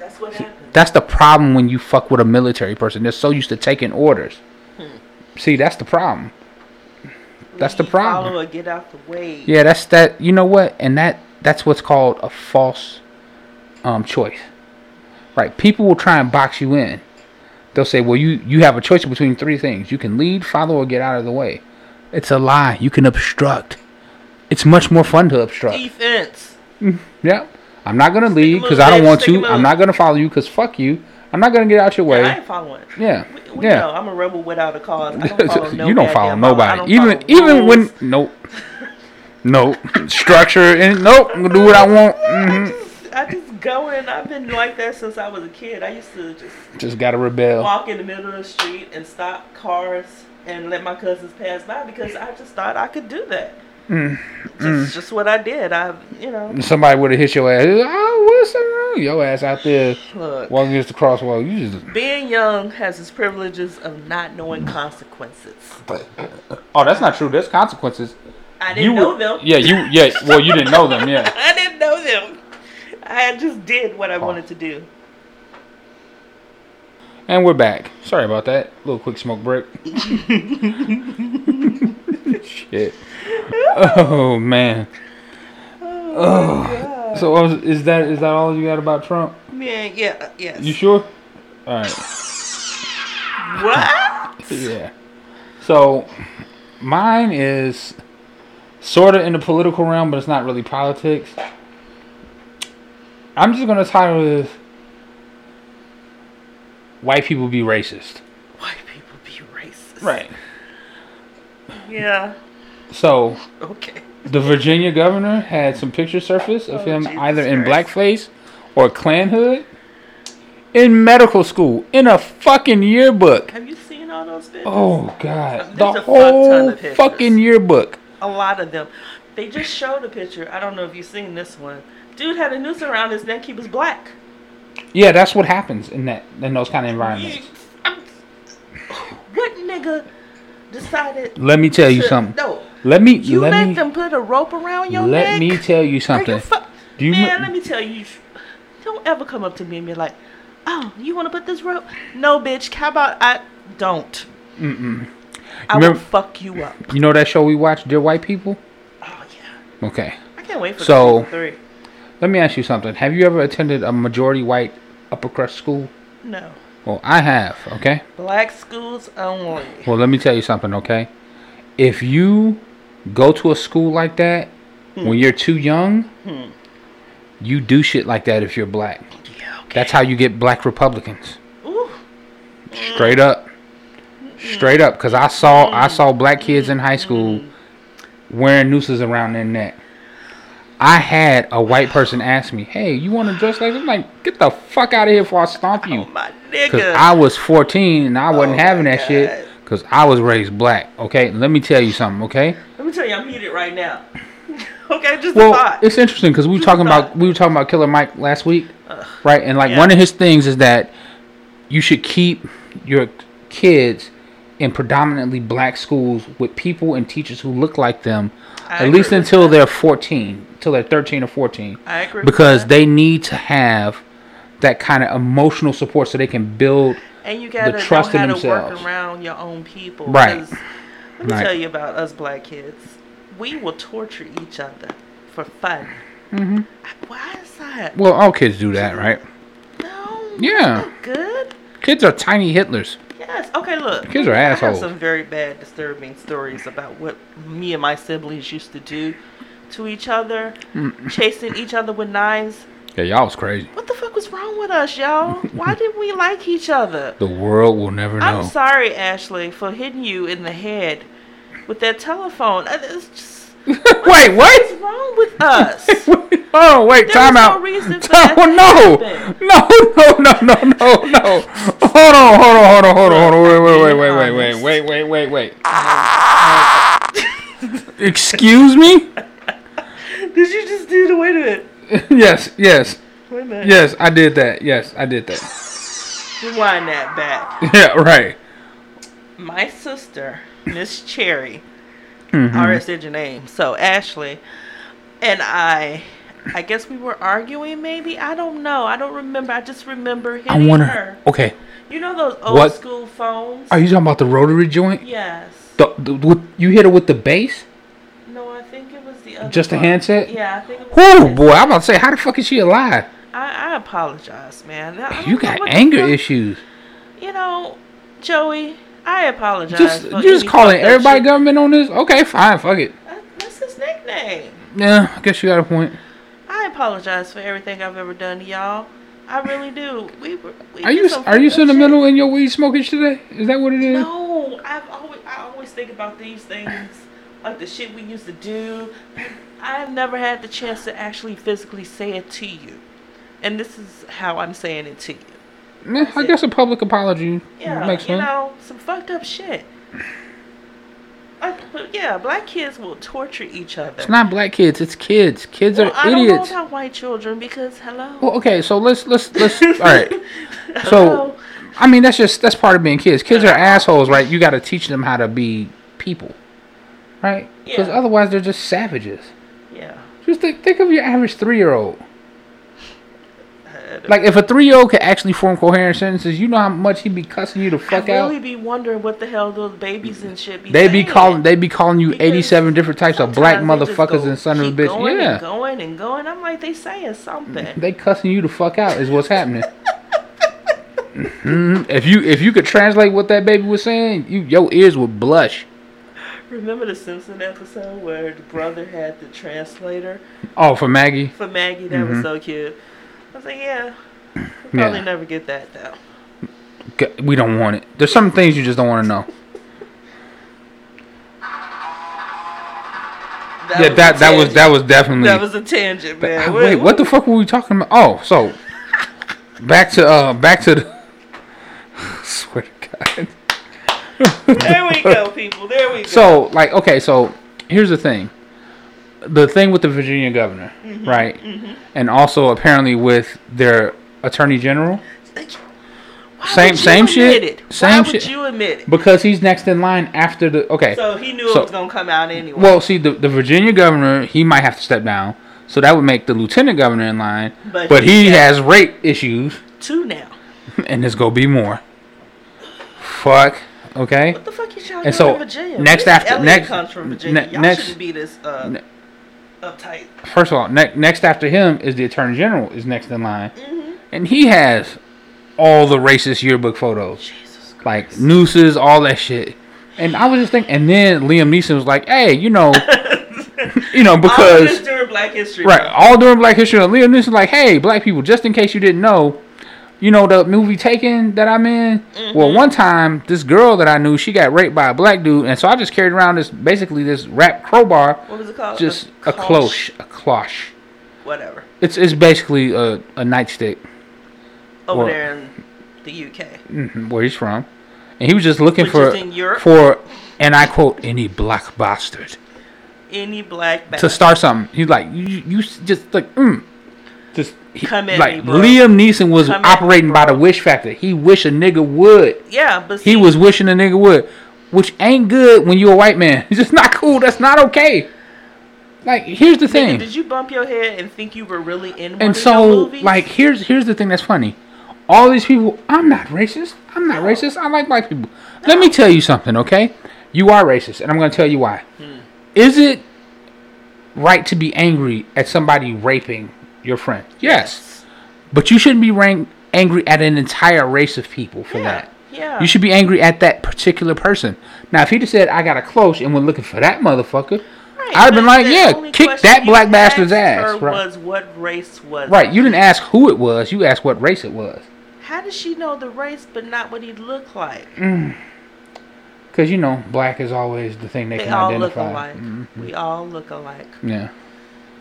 S2: That's what happened.
S1: That's the problem when you fuck with a military person. They're so used to taking orders.
S2: Hmm.
S1: See, that's the problem. That's the
S2: Leave,
S1: problem.
S2: Follow or get out the way.
S1: Yeah, that's that. You know what? And that that's what's called a false um, choice, right? People will try and box you in. They'll say, "Well, you you have a choice between three things: you can lead, follow, or get out of the way." It's a lie. You can obstruct. It's much more fun to obstruct.
S2: Defense.
S1: Yeah, I'm not gonna
S2: Stick 'em
S1: lead
S2: up,
S1: because I don't
S2: bitch.
S1: want
S2: Stick
S1: to.
S2: 'em
S1: I'm
S2: up.
S1: not gonna follow you because fuck you. I'm not gonna get out your
S2: I
S1: way.
S2: ain't following.
S1: Yeah,
S2: We, we
S1: yeah.
S2: know I'm a rebel without a cause. I don't follow no
S1: you don't follow
S2: goddamn law. I
S1: nobody.
S2: don't
S1: even
S2: follow
S1: even when
S2: rules.
S1: nope, nope structure and nope. I'm gonna do what I want. hmm
S2: I just I just go and I've been like that since I was a kid. I used to just
S1: Just gotta rebel.
S2: walk in the middle of the street and stop cars and let my cousins pass by because I just thought I could do that.
S1: Mm.
S2: Just just what I did. I you know
S1: Somebody would have hit your ass. Oh, what's wrong? Your ass out there
S2: look.
S1: walking against the crosswalk. You just
S2: Being young has its privileges of not knowing consequences.
S1: oh, that's not true. There's consequences.
S2: I didn't know them.
S1: Yeah, you. Yeah, well, you didn't know them. Yeah.
S2: I didn't know them. I just did what I wanted to do.
S1: And we're back. Sorry about that. Little quick smoke break. Shit. Oh man. Oh. So what was- is that is that all you got about Trump?
S2: Man, yeah, uh, yes.
S1: You sure? All right.
S2: What?
S1: Yeah. So mine is sort of in the political realm, but it's not really politics. I'm just gonna title it "White People Be Racist."
S2: White people be racist. Yeah.
S1: So
S2: Okay.
S1: the Virginia governor had some pictures surface of
S2: Oh,
S1: him
S2: Jesus
S1: either in
S2: Christ.
S1: blackface or Klan hood in medical school in a fucking yearbook.
S2: Have you seen all those pictures?
S1: Oh god,
S2: There's
S1: the
S2: a fuck ton
S1: whole
S2: of pictures.
S1: fucking yearbook.
S2: A lot of them. They just showed a picture. I don't know if you've seen this one. Dude had a noose around his neck. He was black.
S1: Yeah, that's what happens in that in those kind of environments.
S2: I'm- What nigga decided?
S1: Let me tell you
S2: to-
S1: something.
S2: No.
S1: Let me
S2: You
S1: let
S2: let
S1: me
S2: them put a rope around your
S1: let
S2: neck.
S1: me tell you
S2: Are
S1: something.
S2: fu-
S1: Do you
S2: man,
S1: me-
S2: let me tell you, don't ever come up to me and be like, "Oh, you want to put this rope?" No, bitch. How about I don't? Mm-mm. I
S1: Remember-
S2: will fuck you up.
S1: you know that show we watched, Dear White People?
S2: Oh yeah,
S1: Okay.
S2: I can't wait for
S1: So-
S2: season three.
S1: Let me ask you something. Have you ever attended a majority white upper crust school?
S2: No,
S1: Well, I have, okay?
S2: black schools only.
S1: Well, let me tell you something, okay? If you go to a school like that
S2: Hmm.
S1: when you're too young, you do shit like that if you're black.
S2: Yeah, okay.
S1: That's how you get black Republicans.
S2: Ooh,
S1: Straight up. Straight up cuz I saw I
S2: Mm-hmm.
S1: saw black kids in high school wearing nooses around their neck. I had a white person ask me, "Hey, you want to dress like?" This? I'm like, "Get the fuck out of here before I stomp you!"
S2: Oh my
S1: Cause
S2: nigga.
S1: I was 14 and I wasn't
S2: Oh my
S1: having that shit.
S2: God.
S1: Cause I was raised black. Okay, let me tell you something. Okay.
S2: Let me tell you, I'm heated right now. okay, just a
S1: Well,
S2: thought.
S1: it's interesting because we were
S2: Just
S1: talking about
S2: thought.
S1: we were talking about Killer Mike last week, right? And like
S2: yeah.
S1: one of his things is that you should keep your kids in predominantly black schools with people and teachers who look like them,
S2: I
S1: at
S2: agree
S1: least
S2: with
S1: until they're 14, until they're 13 or 14.
S2: I agree with
S1: Because
S2: that.
S1: they need to have that kind of emotional support so they can build.
S2: and you gotta
S1: trust in
S2: know how to
S1: themselves.
S2: work around your own people.
S1: Right.
S2: 'cause Let me
S1: Right.
S2: tell you about us black kids. We will torture each other for fun. Mm-hmm. Why is that?
S1: Well, all kids do that, right?
S2: No.
S1: Yeah.
S2: not Good.
S1: Kids are tiny Hitlers.
S2: Yes. Okay. Look.
S1: Kids are
S2: I
S1: assholes.
S2: have some very bad, disturbing stories about what me and my siblings used to do to each other,
S1: Mm.
S2: chasing each other with knives.
S1: Yeah, y'all was crazy.
S2: What the fuck was wrong with us, y'all? Why didn't we like each other?
S1: The world will never know.
S2: I'm sorry, Ashley, for hitting you in the head with that telephone. I- It's just,
S1: Wait, what?
S2: what's wrong with us?
S1: oh wait,
S2: There
S1: time
S2: was no
S1: out.
S2: reason for
S1: Time-
S2: that to
S1: no.
S2: happen.
S1: no, no, no, no, no, no. Hold on, hold on, hold on, hold on, hold on. Wait, wait, wait, wait, wait,
S2: Honest.
S1: wait, wait, wait, wait, wait. Excuse me?
S2: Did you just do the wait a minute?
S1: yes, yes,
S2: Wait a minute.
S1: yes. I did that. Yes, I did that.
S2: Rewind that back.
S1: Yeah, right.
S2: My sister, Miss Cherry,
S1: Mm-hmm.
S2: RS is your name. So Ashley and I, I guess we were arguing. Maybe I don't know. I don't remember. I just remember hitting
S1: I wonder.
S2: her.
S1: Okay,
S2: You know those old
S1: What?
S2: school phones?
S1: are you talking about the rotary joint?
S2: yes.
S1: The, the with, you hit it with the base?
S2: No, I think it was the other.
S1: Just a
S2: one.
S1: handset?
S2: Yeah, I think. It was the
S1: Whoo,
S2: handset.
S1: boy! I'm about to say, how the fuck is she alive?
S2: I, I apologize, man. I don't
S1: You
S2: know
S1: got
S2: what the
S1: anger
S2: fuck-
S1: issues.
S2: You know, Joey, I apologize.
S1: Just,
S2: for
S1: you just
S2: any
S1: calling
S2: fucked up
S1: everybody
S2: shit.
S1: government on this? Okay, fine, fuck it.
S2: Uh, That's his nickname.
S1: Yeah, I guess you got a point.
S2: I apologize for everything I've ever done to y'all. I really do. We were. We
S1: Are
S2: did
S1: you
S2: some
S1: are you
S2: fucked up
S1: sentimental in your weed smoking today? Is that what it
S2: shit.
S1: is?
S2: No, I've always I always think about these things, like the shit we used to do. I've never had the chance to actually physically say it to you, and this is how I'm saying it to you.
S1: Nah, I guess a public apology
S2: Yeah,
S1: makes
S2: you
S1: sense.
S2: know, some fucked up shit. Like, but yeah, black kids will torture each other.
S1: It's not black kids. It's kids. Kids
S2: well,
S1: are
S2: I don't know
S1: idiots.
S2: about white children because hello.
S1: Well, okay, so let's let's let's. all right. So,
S2: Hello.
S1: I mean, that's just that's part of being kids. Kids are assholes, right? You got to teach them how to be people, right? Because
S2: Yeah.
S1: otherwise, they're just savages.
S2: yeah.
S1: Just think, think of your average three year old.
S2: I don't-
S1: Like if a three year old could actually form coherent sentences, you know how much he'd be cussing you to
S2: I
S1: fuck
S2: really
S1: out.
S2: be wondering what the hell those babies and shit be.
S1: They be
S2: saying.
S1: calling they be calling you
S2: Because
S1: eighty seven different types of black
S2: Sometimes they just
S1: motherfuckers
S2: go-
S1: and son of a
S2: keep
S1: bitch.
S2: Going and
S1: Yeah. Mm-hmm.
S2: going and going. I'm like, they saying something.
S1: They cussing you to fuck out is what's happening. Mhm. If you if you could translate what that baby was saying, you your ears would blush.
S2: Remember the Simpson episode where the brother had the translator
S1: Oh, for Maggie.
S2: for Maggie? That
S1: Mm-hmm.
S2: was so cute. I was like, yeah. We'll
S1: Yeah.
S2: probably never get that though.
S1: G- We don't want it. There's some things you just don't want to know. yeah,
S2: a
S1: that that was
S2: tangent.
S1: that was definitely
S2: that was a tangent, man.
S1: Uh, Wait, what the fuck were we talking about? Oh, so back to uh back to the swear to God.
S2: There we go, people. There we go.
S1: So like okay, so here's the thing. The thing with the Virginia governor, right? And also apparently with their attorney general.
S2: Like,
S1: Same-
S2: would you
S1: same shit.
S2: admit It? Why
S1: Same
S2: would
S1: shit.
S2: you admit it?
S1: because he's next in line after the okay.
S2: So he knew
S1: So-
S2: it was gonna come out anyway.
S1: well, see, the the Virginia governor he might have to step down, so that would make the lieutenant governor in line.
S2: But
S1: But, he
S2: he-
S1: has rape issues,
S2: two now.
S1: and there's gonna be more. Fuck. Okay.
S2: What the fuck is y'all
S1: And
S2: doing
S1: so,
S2: in Virginia?
S1: next
S2: Where's
S1: after-
S2: Elliot
S1: next-
S2: comes from Virginia.
S1: ne-
S2: y'all
S1: next-
S2: shouldn't be this uh,
S1: ne-
S2: uptight.
S1: First of all, ne- next after him is the attorney general is next in line,
S2: hmm
S1: and he has all the racist yearbook photos.
S2: Jesus Christ.
S1: like nooses, all that shit. And I was just thinking, and then Liam Neeson was like, "Hey, you know, you know,
S2: all this
S1: because
S2: during Black History.
S1: right,
S2: Month.
S1: all during Black History, Month, Liam Neeson was like, hey, black people, just in case you didn't know, you know, the movie Taken that I'm in. Well, one time, this girl that I knew, she got raped by a black dude, and so I just carried around this basically this wrap crowbar,
S2: What was it called?
S1: just a cloche, a cloche.
S2: Whatever.
S1: It's it's basically a a nightstick
S2: Over
S1: Well-
S2: there in the UK.
S1: mhm, where he's from, and he was just looking
S2: Which
S1: for
S2: is in Europe.
S1: for, and I quote, any black bastard.
S2: Any black
S1: to
S2: bastard.
S1: start something. He's like, you, you s- just like, mm, just he-
S2: Come at
S1: like
S2: me, bro.
S1: Liam Neeson was
S2: Come at me,
S1: operating by the wish factor. He wish a nigga would.
S2: Yeah, but
S1: He
S2: see,
S1: was wishing a nigga would, which ain't good when you a white man. It's just not cool. That's not okay. Like, here's the
S2: Nigga,
S1: thing.
S2: Did you bump your head and think you were really in one
S1: Hmm. And
S2: of
S1: so,
S2: your movies?
S1: like, here's here's the thing that's funny. All these people, I'm not racist. I'm not racist. I like black people. Let me tell you something, okay? You are racist, and I'm going to tell you why.
S2: Hmm.
S1: Is it right to be angry at somebody raping your friend? Yes. But you shouldn't be rang- angry at an entire race of people for
S2: Yeah.
S1: that.
S2: Yeah.
S1: You should be angry at that particular person. Now, if he just said, I got a close and went looking for that motherfucker,
S2: Right,
S1: I'd have been
S2: but
S1: like,
S2: the
S1: yeah,
S2: only
S1: kick
S2: question
S1: that
S2: you
S1: black bastard's
S2: asked
S1: ass.
S2: Her
S1: Right.
S2: Was what race was? it?
S1: Right, you didn't ask who it was. You asked what race it was,
S2: How did she know the race but not what he looked like?
S1: Mm-hmm. because you know black is always the thing they,
S2: They
S1: can
S2: all look
S1: identify.
S2: alike.
S1: Mhm.
S2: We all look alike.
S1: Yeah,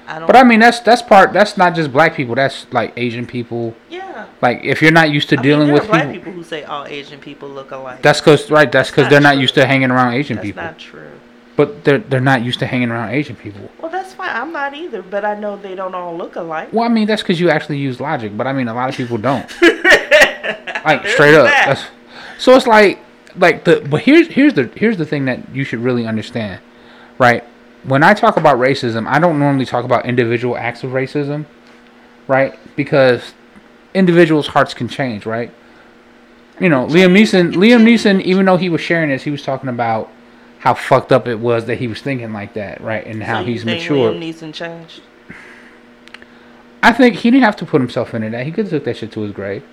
S2: I don't.
S1: but I mean that's that's part. That's not just black people. That's like Asian people.
S2: yeah.
S1: Like if you're not used to
S2: I mean,
S1: dealing
S2: there
S1: with
S2: are black
S1: people,
S2: people. who say all Asian people look alike.
S1: that's because right. That's because
S2: not
S1: they're not
S2: true.
S1: used to hanging around Asian
S2: That's
S1: people.
S2: not true.
S1: But they're they're not used to hanging around Asian people.
S2: Well, that's fine. I'm not either, but I know they don't all look alike.
S1: Well, I mean that's because you actually use logic. But I mean a lot of people don't. like
S2: There's
S1: straight up.
S2: that.
S1: That's, so it's like like the but here's here's the here's the thing that you should really understand, right? When I talk about racism, I don't normally talk about individual acts of racism, right? Because individuals' hearts can change, right? You know, Liam Neeson. Liam Neeson, even though he was sharing this, he was talking about how fucked up it was that he was thinking like that, right? And how
S2: so
S1: he's
S2: you think
S1: mature.
S2: Liam Neeson changed.
S1: I think he didn't have to put himself into that. He could have took that shit to his grave.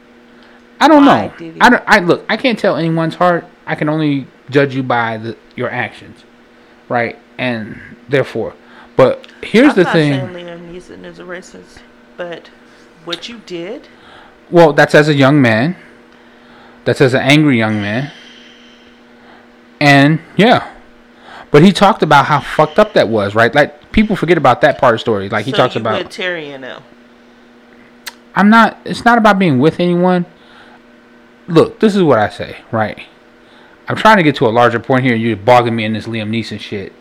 S1: I don't
S2: Why
S1: know.
S2: did he?
S1: I don't. I look. I can't tell anyone's heart. I can only judge you by the, your actions, right? And therefore, but here's
S2: I'm
S1: the
S2: not
S1: thing.
S2: saying Liam Neeson is a racist, but what you did,
S1: Well, that's as a young man. That's as an angry young man. And yeah, but he talked about how fucked up that was, right? Like people forget about that part of the story. Like he
S2: so
S1: talks
S2: you
S1: about.
S2: with Terry and him.
S1: I'm not. It's not about being with anyone. Look, this is what I say, right? I'm trying to get to a larger point here, and you're bogging me in this Liam Neeson shit.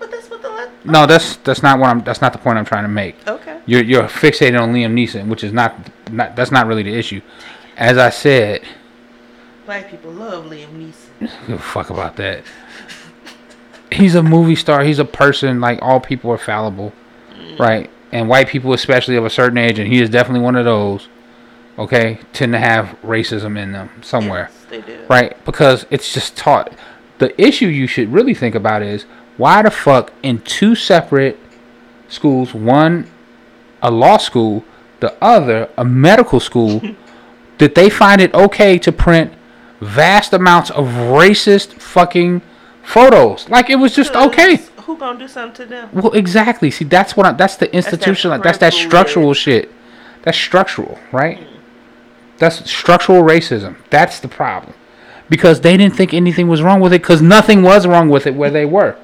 S2: But that's what the le-
S1: No, that's that's not what I'm. That's not the point I'm trying to make.
S2: okay.
S1: You're you're fixated on Liam Neeson, which is not not that's not really the issue. As I said,
S2: Black people love Liam Neeson.
S1: give a fuck about that. He's a movie star. He's a person. Like all people are fallible, right? And white people, especially of a certain age, and he is definitely one of those. Okay, tend to have racism in them somewhere.
S2: Yes, they do.
S1: right? Because it's just taught. The issue you should really think about is why the fuck in two separate schools, one a law school, the other a medical school, did they find it okay to print vast amounts of racist fucking photos? Like it was just okay.
S2: Because Who gonna do something to them?
S1: Well, exactly. See, that's what I, that's the institutional. That's that,
S2: parental
S1: structural shit. That's structural, right? That's structural racism. That's the problem, because they didn't think anything was wrong with it, because nothing was wrong with it where they were.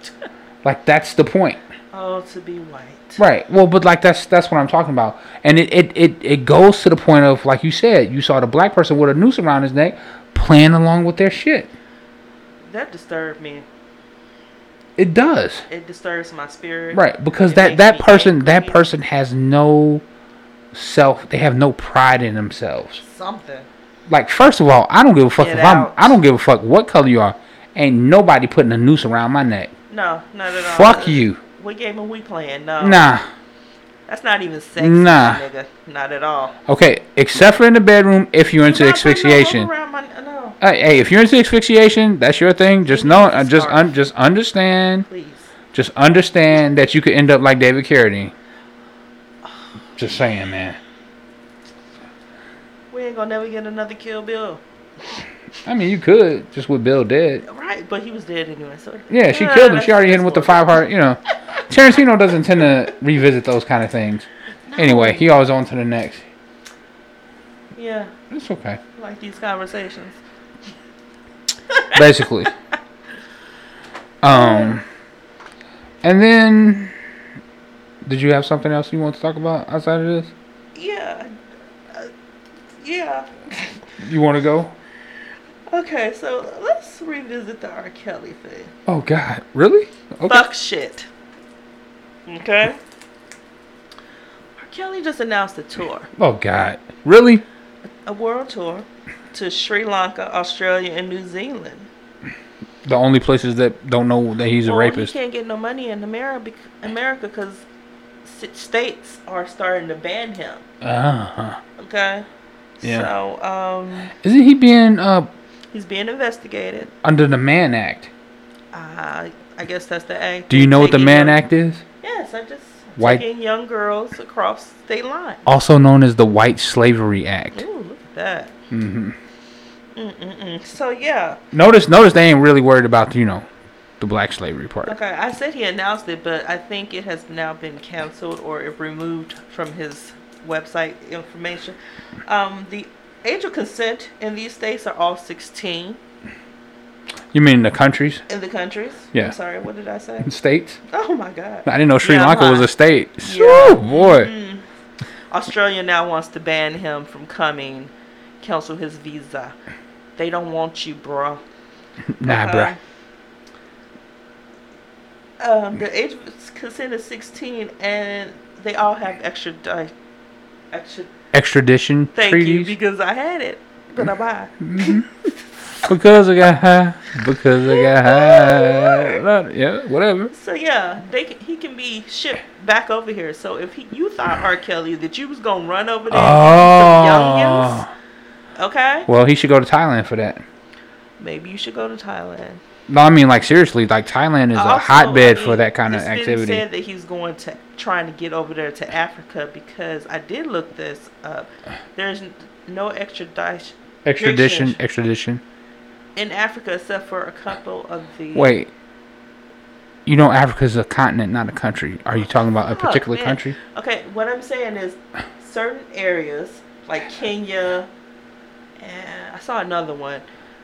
S1: like that's the point,
S2: All to be white.
S1: right? Well, but like that's that's what I'm talking about, and it it it, it goes to the point of like you said, you saw the black person with a noose around his neck playing along with their shit.
S2: That disturbed me.
S1: It does.
S2: It disturbs my spirit.
S1: Right, because
S2: It
S1: that
S2: makes
S1: that
S2: me
S1: person that
S2: angry.
S1: person has no self. They have no pride in themselves.
S2: Something.
S1: Like, first of all, I don't give a fuck
S2: Get
S1: if I'm.
S2: out.
S1: I don't give a fuck what color you are. Ain't nobody putting a noose around my neck.
S2: No, not at all.
S1: Fuck you.
S2: What game are we playing? No.
S1: Nah.
S2: That's not even sexy,
S1: Nah.
S2: nigga. Not at all.
S1: Okay, except for in the bedroom if you're into
S2: Nah, put no rope
S1: asphyxiation.
S2: around my- no,
S1: Hey, hey, if you're into asphyxiation, that's your thing. Just
S2: You
S1: know,
S2: need to
S1: uh, just
S2: start.
S1: un- just understand,
S2: please.
S1: just understand that you could end up like David Carradine. Just saying, man.
S2: We ain't gonna never get another Kill Bill.
S1: I mean, you could just with Bill dead.
S2: Right, but he was dead anyway. So
S1: Yeah, she
S2: Nah,
S1: killed him.
S2: Ah, that's-
S1: She already hit him with
S2: that's
S1: the
S2: bull-
S1: five heart. You know, Tarantino doesn't tend to revisit those kind of things. Anyway, he always on to the next.
S2: Yeah,
S1: It's okay.
S2: like these conversations.
S1: basically. Um, and then, did you have something else you want to talk about outside of this?
S2: Yeah. Uh, yeah.
S1: You want to go?
S2: Okay, so let's revisit the R. Kelly thing.
S1: Oh God, really? Okay.
S2: Fuck shit. Okay. R. Kelly just announced a tour,
S1: Oh God, really?
S2: a world tour, to Sri Lanka, Australia, and New Zealand.
S1: The only places that don't know that he's a
S2: Well,
S1: rapist.
S2: He can't get no money in America America because states are starting to ban him.
S1: Uh-huh.
S2: Okay.
S1: Yeah.
S2: So um,
S1: Isn't he being uh
S2: he's being investigated.
S1: under the Mann Act?
S2: Uh, I guess that's the A.
S1: Do you know what the
S2: Taking
S1: Mann
S2: young-
S1: Act is?
S2: Yes, I just
S1: White-
S2: taking young girls across state line.
S1: Also known as the White Slavery Act.
S2: Ooh, look at that.
S1: Mm-hmm.
S2: Mm-mm-mm. So yeah,
S1: Notice, notice they ain't really worried about you know the black slavery part.
S2: okay. I said he announced it, but I think it has now been canceled or it removed from his website information. Um, the age of consent in these states are all 16
S1: You mean the countries,
S2: in the countries.
S1: Yeah.
S2: I'm sorry. What did I say?
S1: states?
S2: Oh my God.
S1: I didn't know Sri
S2: Yeah, I'm
S1: Lanka was
S2: high.
S1: a state.
S2: Yeah.
S1: Whew, boy.
S2: Mm. Australia now wants to ban him from coming, cancel his visa. They don't want you, bruh. Mm-hmm.
S1: Nah, bruh.
S2: Okay. Um, the age of consent is 16, and they all have extra, di- extra.
S1: Extradition
S2: Thank you
S1: treaties.
S2: because I had it, but I buy.
S1: Because I got high. Because I got high. Not- Yeah, whatever.
S2: So yeah, they can, he can be shipped back over here. So if he, you thought R. Kelly that you was gonna run over there, and
S1: Oh.
S2: eat some youngins, okay?
S1: Well, he should go to Thailand for that.
S2: Maybe you should go to Thailand.
S1: No, I mean, like, seriously, like, Thailand is a
S2: Also,
S1: hotbed
S2: I
S1: for
S2: mean,
S1: that kind of
S2: this dude
S1: activity.
S2: said that he's going to trying to get over there to Africa because I did look this up. There's n- no extradition
S1: extradition,
S2: Jurisdiction.
S1: extradition.
S2: in Africa except for a couple of the.
S1: Wait. You know, Africa's a continent, not a country. Are you talking about a
S2: Fuck,
S1: particular
S2: Oh, man.
S1: country?
S2: Okay, what I'm saying is certain areas like Kenya, and I saw another one.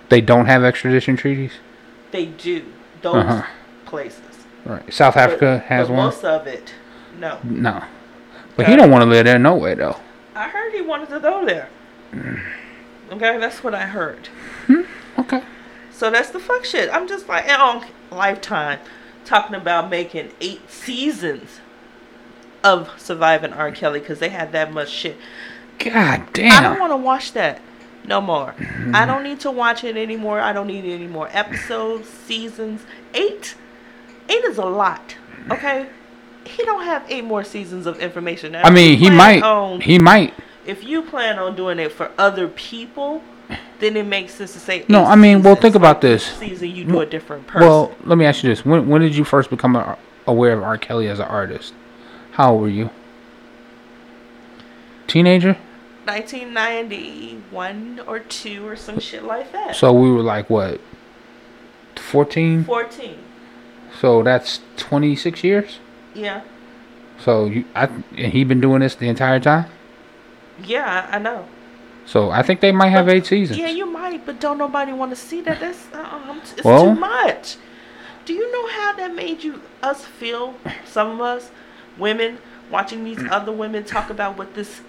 S1: They don't have extradition treaties?
S2: They do those
S1: Uh-huh.
S2: places.
S1: Right. South
S2: But-
S1: Africa has
S2: but
S1: one?
S2: Most of it, no.
S1: No. But
S2: Okay.
S1: he don't want to live there no way though.
S2: I heard he wanted to go there.
S1: Mm.
S2: Okay, that's what I heard.
S1: Okay.
S2: So that's the fuck shit. I'm just like and on Lifetime talking about making eight seasons of surviving R. Kelly because they had that much shit.
S1: God
S2: I don't
S1: damn.
S2: want to watch that no more. I don't need to watch it anymore. I don't need any more episodes, seasons. Eight, eight is a lot. Okay, he don't have eight more seasons of information. Now,
S1: I
S2: if
S1: mean,
S2: you
S1: he
S2: plan
S1: might.
S2: on-
S1: He might.
S2: if you plan on doing it for other people, then it makes sense to say.
S1: No,
S2: eight
S1: I mean, well,
S2: seasons.
S1: think about
S2: Like,
S1: this.
S2: each Season you do
S1: Well-
S2: a different person.
S1: Well, let me ask you this: When when did you first become a, aware of R. Kelly as an artist? How old were you? Teenager.
S2: 1991 or two or some shit like that.
S1: So we were like what? Fourteen.
S2: 14.
S1: So that's twenty six years.
S2: Yeah.
S1: So you, I, and he been doing this the entire time.
S2: Yeah, I I know.
S1: So I think they might have
S2: But-
S1: eight seasons.
S2: Yeah, you might, but don't nobody want to see that. That's uh, um, it's
S1: Well-
S2: too much. Do you know how that made you us feel? Some of us, women, watching these other women talk about what this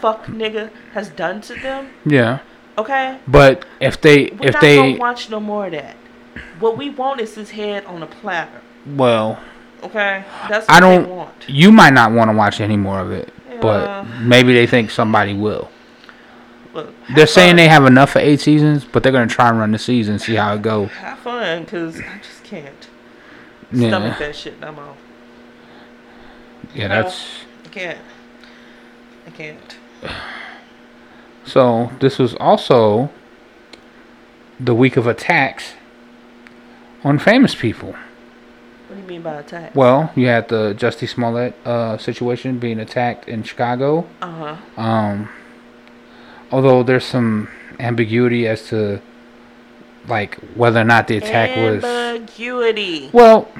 S2: fuck nigga has done to them.
S1: yeah.
S2: Okay,
S1: But if they
S2: we're
S1: if
S2: not
S1: they
S2: gonna watch no more of that. What we want is his head on a platter.
S1: well.
S2: Okay, that's what
S1: I
S2: they
S1: don't.
S2: want.
S1: You might not want to watch any more of it,
S2: Yeah.
S1: but maybe they think somebody will.
S2: Look, have
S1: They're saying
S2: fun.
S1: they have enough for eight seasons, but they're gonna try and run the season, see how it goes.
S2: have fun because I just can't stomach
S1: Yeah,
S2: that shit no more.
S1: yeah, that's.
S2: I can't. I can't.
S1: So this was also the week of attacks on famous people.
S2: What do you mean by attack?
S1: Well, you had the Jussie Smollett uh, situation being attacked in Chicago.
S2: Uh huh.
S1: Um, although there's some ambiguity as to like whether or not the attack was
S2: Ambiguity.
S1: well.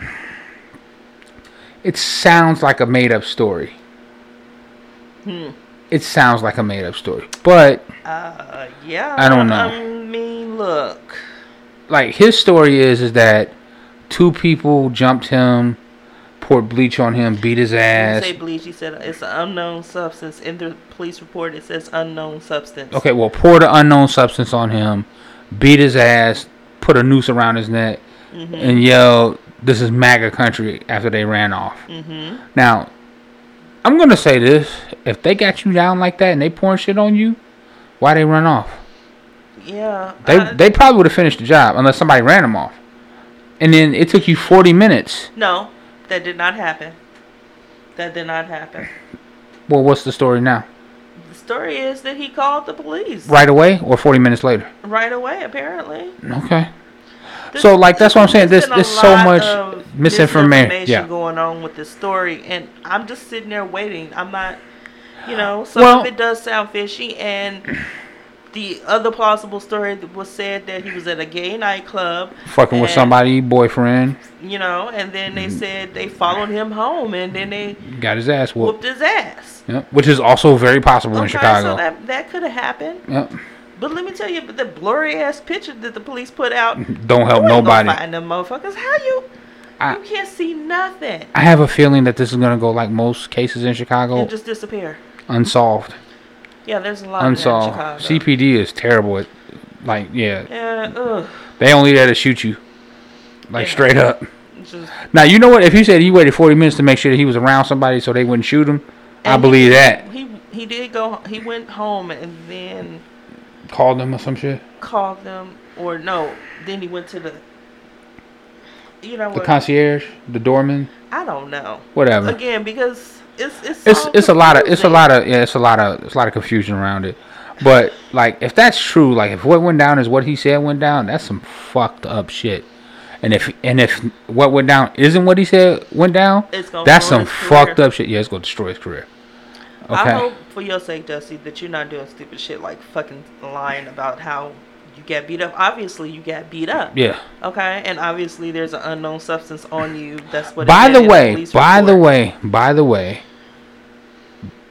S1: It sounds like a made up story.
S2: Hmm.
S1: It sounds like a made up story, but
S2: Uh, yeah.
S1: I don't know.
S2: I mean, look.
S1: like his story is is that two people jumped him, poured bleach on him, beat his
S2: You
S1: ass.
S2: say bleach. You said it's an unknown substance. In the police report, it says unknown substance.
S1: Okay, well, poured an unknown substance on him, beat his ass, put a noose around his neck, and yelled, "This is MAGA country!" After they ran off.
S2: Mm-hmm.
S1: Now, I'm gonna say this: if they got you down like that and they pouring shit on you, why they run off?
S2: Yeah.
S1: They
S2: I-
S1: they probably would have finished the job unless somebody ran them off. And then it took you 40 minutes.
S2: No, that did not happen. That did not happen.
S1: Well, what's the story now?
S2: The story is that he called the police
S1: Right away or 40 minutes later?
S2: right away. Apparently.
S1: Okay.
S2: This-
S1: So, like, that's what I'm saying.
S2: there's
S1: There's,
S2: been a
S1: there's so
S2: lot
S1: much
S2: of
S1: misinformation.
S2: misinformation
S1: Yeah.
S2: going on with this story, and I'm just sitting there waiting. I'm not, you know, some
S1: Well-
S2: of it does sound fishy, and the other plausible story that was said that he was at a gay nightclub,
S1: Fucking with
S2: and,
S1: somebody, Mm. boyfriend,
S2: you know, and then they said they followed him home, and then they
S1: got his ass whooped.
S2: whooped his ass.
S1: Yep. Which is also very possible in
S2: Okay,
S1: Chicago.
S2: so that that could have happened,
S1: yep.
S2: but let me tell you, the blurry ass picture that the police put out.
S1: Don't help
S2: you ain't gonna
S1: nobody.
S2: Find them motherfuckers. How you?
S1: I-
S2: you can't see nothing.
S1: I have a feeling that this is going to go like most cases in Chicago
S2: and just disappear.
S1: unsolved.
S2: Yeah, there's a lot of that in
S1: Unsolved.
S2: Chicago.
S1: CPD is terrible at, like, yeah.
S2: yeah, ugh,
S1: They only there to shoot you. Like,
S2: Yeah.
S1: straight up.
S2: just,
S1: Now, you know what? If you said he waited 40 minutes to make sure that he was around somebody so they wouldn't shoot him, I
S2: And
S1: believe that.
S2: he he did go. He went home and then
S1: Called them or some shit.
S2: called them, or no, then he went to the. You know
S1: The
S2: what?
S1: concierge, the doorman,
S2: I don't know.
S1: whatever.
S2: Again, because it's it's
S1: it's
S2: so
S1: it's a lot of it's a
S2: confusing.
S1: lot of yeah, it's a lot of it's a lot of confusion around it. But like if that's true, like if what went down is what he said went down, that's some fucked up shit. And if and if what went down isn't what he said went down,
S2: It's gonna
S1: that's
S2: ruin
S1: some
S2: his career.
S1: fucked up shit. Yeah, it's gonna destroy his career.
S2: I hope
S1: Okay.
S2: for your sake, Dusty, that you're not doing stupid shit like fucking lying about how you got beat up. Obviously, you got beat up.
S1: Yeah.
S2: Okay, and obviously there's an unknown substance on you. That's what. it
S1: By
S2: said
S1: the
S2: in
S1: way,
S2: police
S1: by the
S2: report.
S1: way, by the way,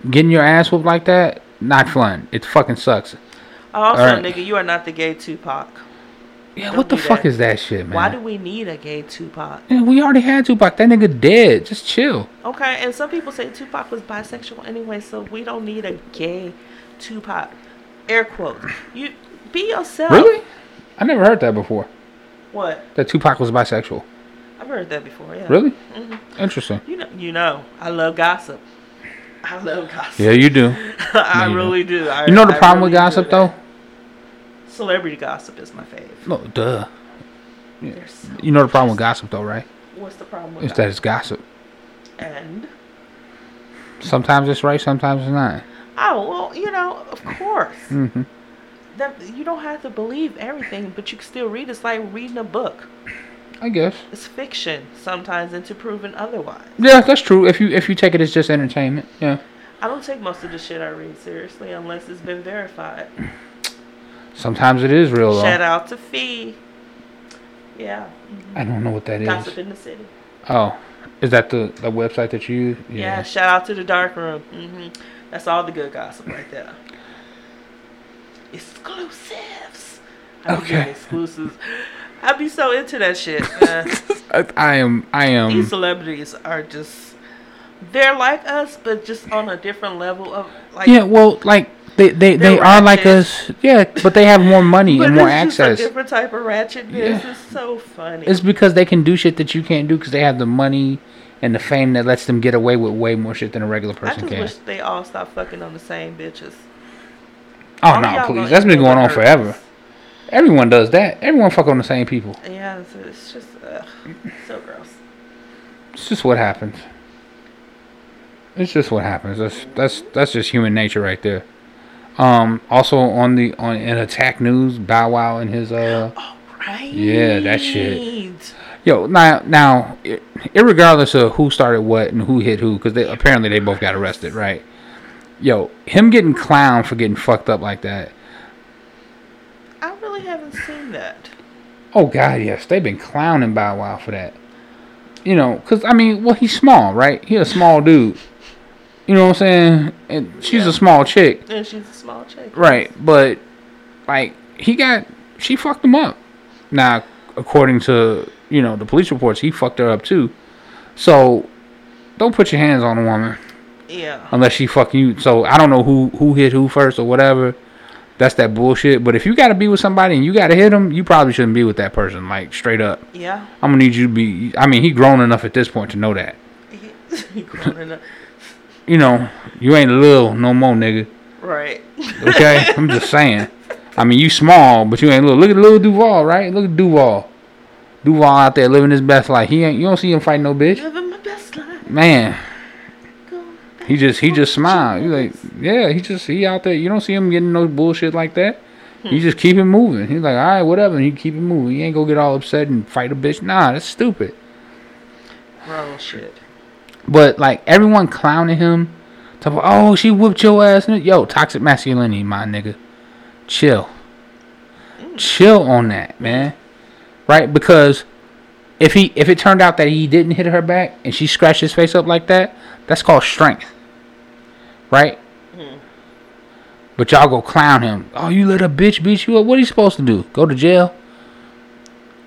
S1: getting your ass whooped like that, not fun. It fucking sucks.
S2: Also,
S1: Alright.
S2: nigga, you are not the gay Tupac.
S1: Yeah,
S2: Don't
S1: what the
S2: do
S1: fuck
S2: that.
S1: is that shit, man?
S2: Why do we need a gay Tupac?
S1: Yeah, we already had Tupac. That nigga dead. Just chill.
S2: Okay, and some people say Tupac was bisexual anyway, so we don't need a gay Tupac. Air quotes. You be yourself.
S1: Really? I never heard that before.
S2: What?
S1: That Tupac was bisexual.
S2: I've heard that before. Yeah.
S1: Really?
S2: hmm
S1: Interesting.
S2: You know. You know. I love gossip. I love gossip.
S1: Yeah, you do.
S2: I
S1: Yeah.
S2: really do. I,
S1: You know the
S2: I
S1: problem with
S2: really do
S1: gossip
S2: that.
S1: though?
S2: Celebrity gossip is my fave.
S1: No, duh.
S2: There's so-
S1: You know the problem with gossip though, right?
S2: What's the problem with
S1: It's
S2: gossip?
S1: that it's gossip.
S2: And
S1: Sometimes it's right, sometimes it's not.
S2: oh well, you know, of course.
S1: hmm
S2: that you don't have to believe everything, but you can still read. It's like reading a book.
S1: I guess.
S2: It's fiction sometimes, and to proven otherwise.
S1: Yeah, that's true. If you if you take it as just entertainment, yeah.
S2: I don't take most of the shit I read seriously unless it's been verified.
S1: Sometimes it is real
S2: Shout
S1: though.
S2: out to Fee. Yeah,
S1: I don't know what that
S2: gossip
S1: is.
S2: in the city.
S1: Oh, is that the the website that you use?
S2: Yeah. shout out to the dark room. hmm That's all the good gossip right there. Exclusives. I be getting
S1: Okay.
S2: Exclusives. I'd be so into that shit. man.
S1: I, I am. I am.
S2: these celebrities are just they're like us but just on a different level of like
S1: yeah. Well, like they they, they
S2: They're
S1: are like
S2: ratchet.
S1: us. Yeah, but they have more money
S2: but
S1: and more
S2: it's just
S1: access.
S2: a different type of ratchetness
S1: Yeah.
S2: it's so funny
S1: It's because they can do shit that you can't do because they have the money and the fame that lets them get away with way more shit than a regular
S2: i
S1: person
S2: just
S1: can.
S2: wish they all stopped fucking on the same bitches
S1: Oh
S2: All
S1: no,
S2: y'all
S1: please.
S2: gonna
S1: That's been
S2: equal the
S1: going on forever.
S2: Earths.
S1: Everyone does that. Everyone fuck on the same people.
S2: Yeah, it's, it's just ugh, so gross.
S1: It's just what happens. It's just what happens. That's that's that's just human nature right there. Um. Also on the on in attack news, Bow Wow and his uh.
S2: Right.
S1: Yeah, that shit. Yo, now now, ir- irregardless of who started what and who hit who, because they apparently they both got arrested, right? Yo, him getting clowned for getting fucked up like that.
S2: I really haven't seen that.
S1: Oh God, yes, they've been clowning Bow Wow for that. You know, cause I mean, well, he's small, right? He's a small dude. You know what I'm saying? And she's
S2: Yeah.
S1: a small chick,
S2: And she's a small chick.
S1: right? But like, he got she fucked him up. Now, according to you know the police reports, he fucked her up too. So, don't put your hands on a woman
S2: Yeah.
S1: unless she fucking you. So I don't know who who hit who first or whatever. That's that bullshit. But if you gotta be with somebody and you gotta hit them, you probably shouldn't be with that person. Like straight up.
S2: Yeah.
S1: I'm gonna need you to be. I mean, he grown enough at this point to know that.
S2: He grown enough.
S1: You know, you ain't little no more, nigga.
S2: Right.
S1: Okay, I'm just saying. I mean, you small, but you ain't little. Look at little Duval, right? Look at Duval. Duval out there living his best life. He ain't. You don't see him fighting no bitch.
S2: Living my best life.
S1: Man,
S2: Go back
S1: he just he
S2: to
S1: just smiled. You like,
S2: Jesus.
S1: yeah. He just he out there. You don't see him getting no bullshit like that. You just keep it moving. He's like, all right, whatever. And he keep it moving. He ain't gonna get all upset and fight a bitch. Nah, that's stupid.
S2: Wrong shit.
S1: But like everyone clowning him, talking about, oh she whooped your ass. n-" Yo, toxic masculinity, my nigga. Chill, chill on that, man. Right? Because if he if it turned out that he didn't hit her back and she scratched his face up like that, that's called strength. Right? But y'all go clown him. Oh, you let a bitch beat you up. What are you supposed to do? Go to jail?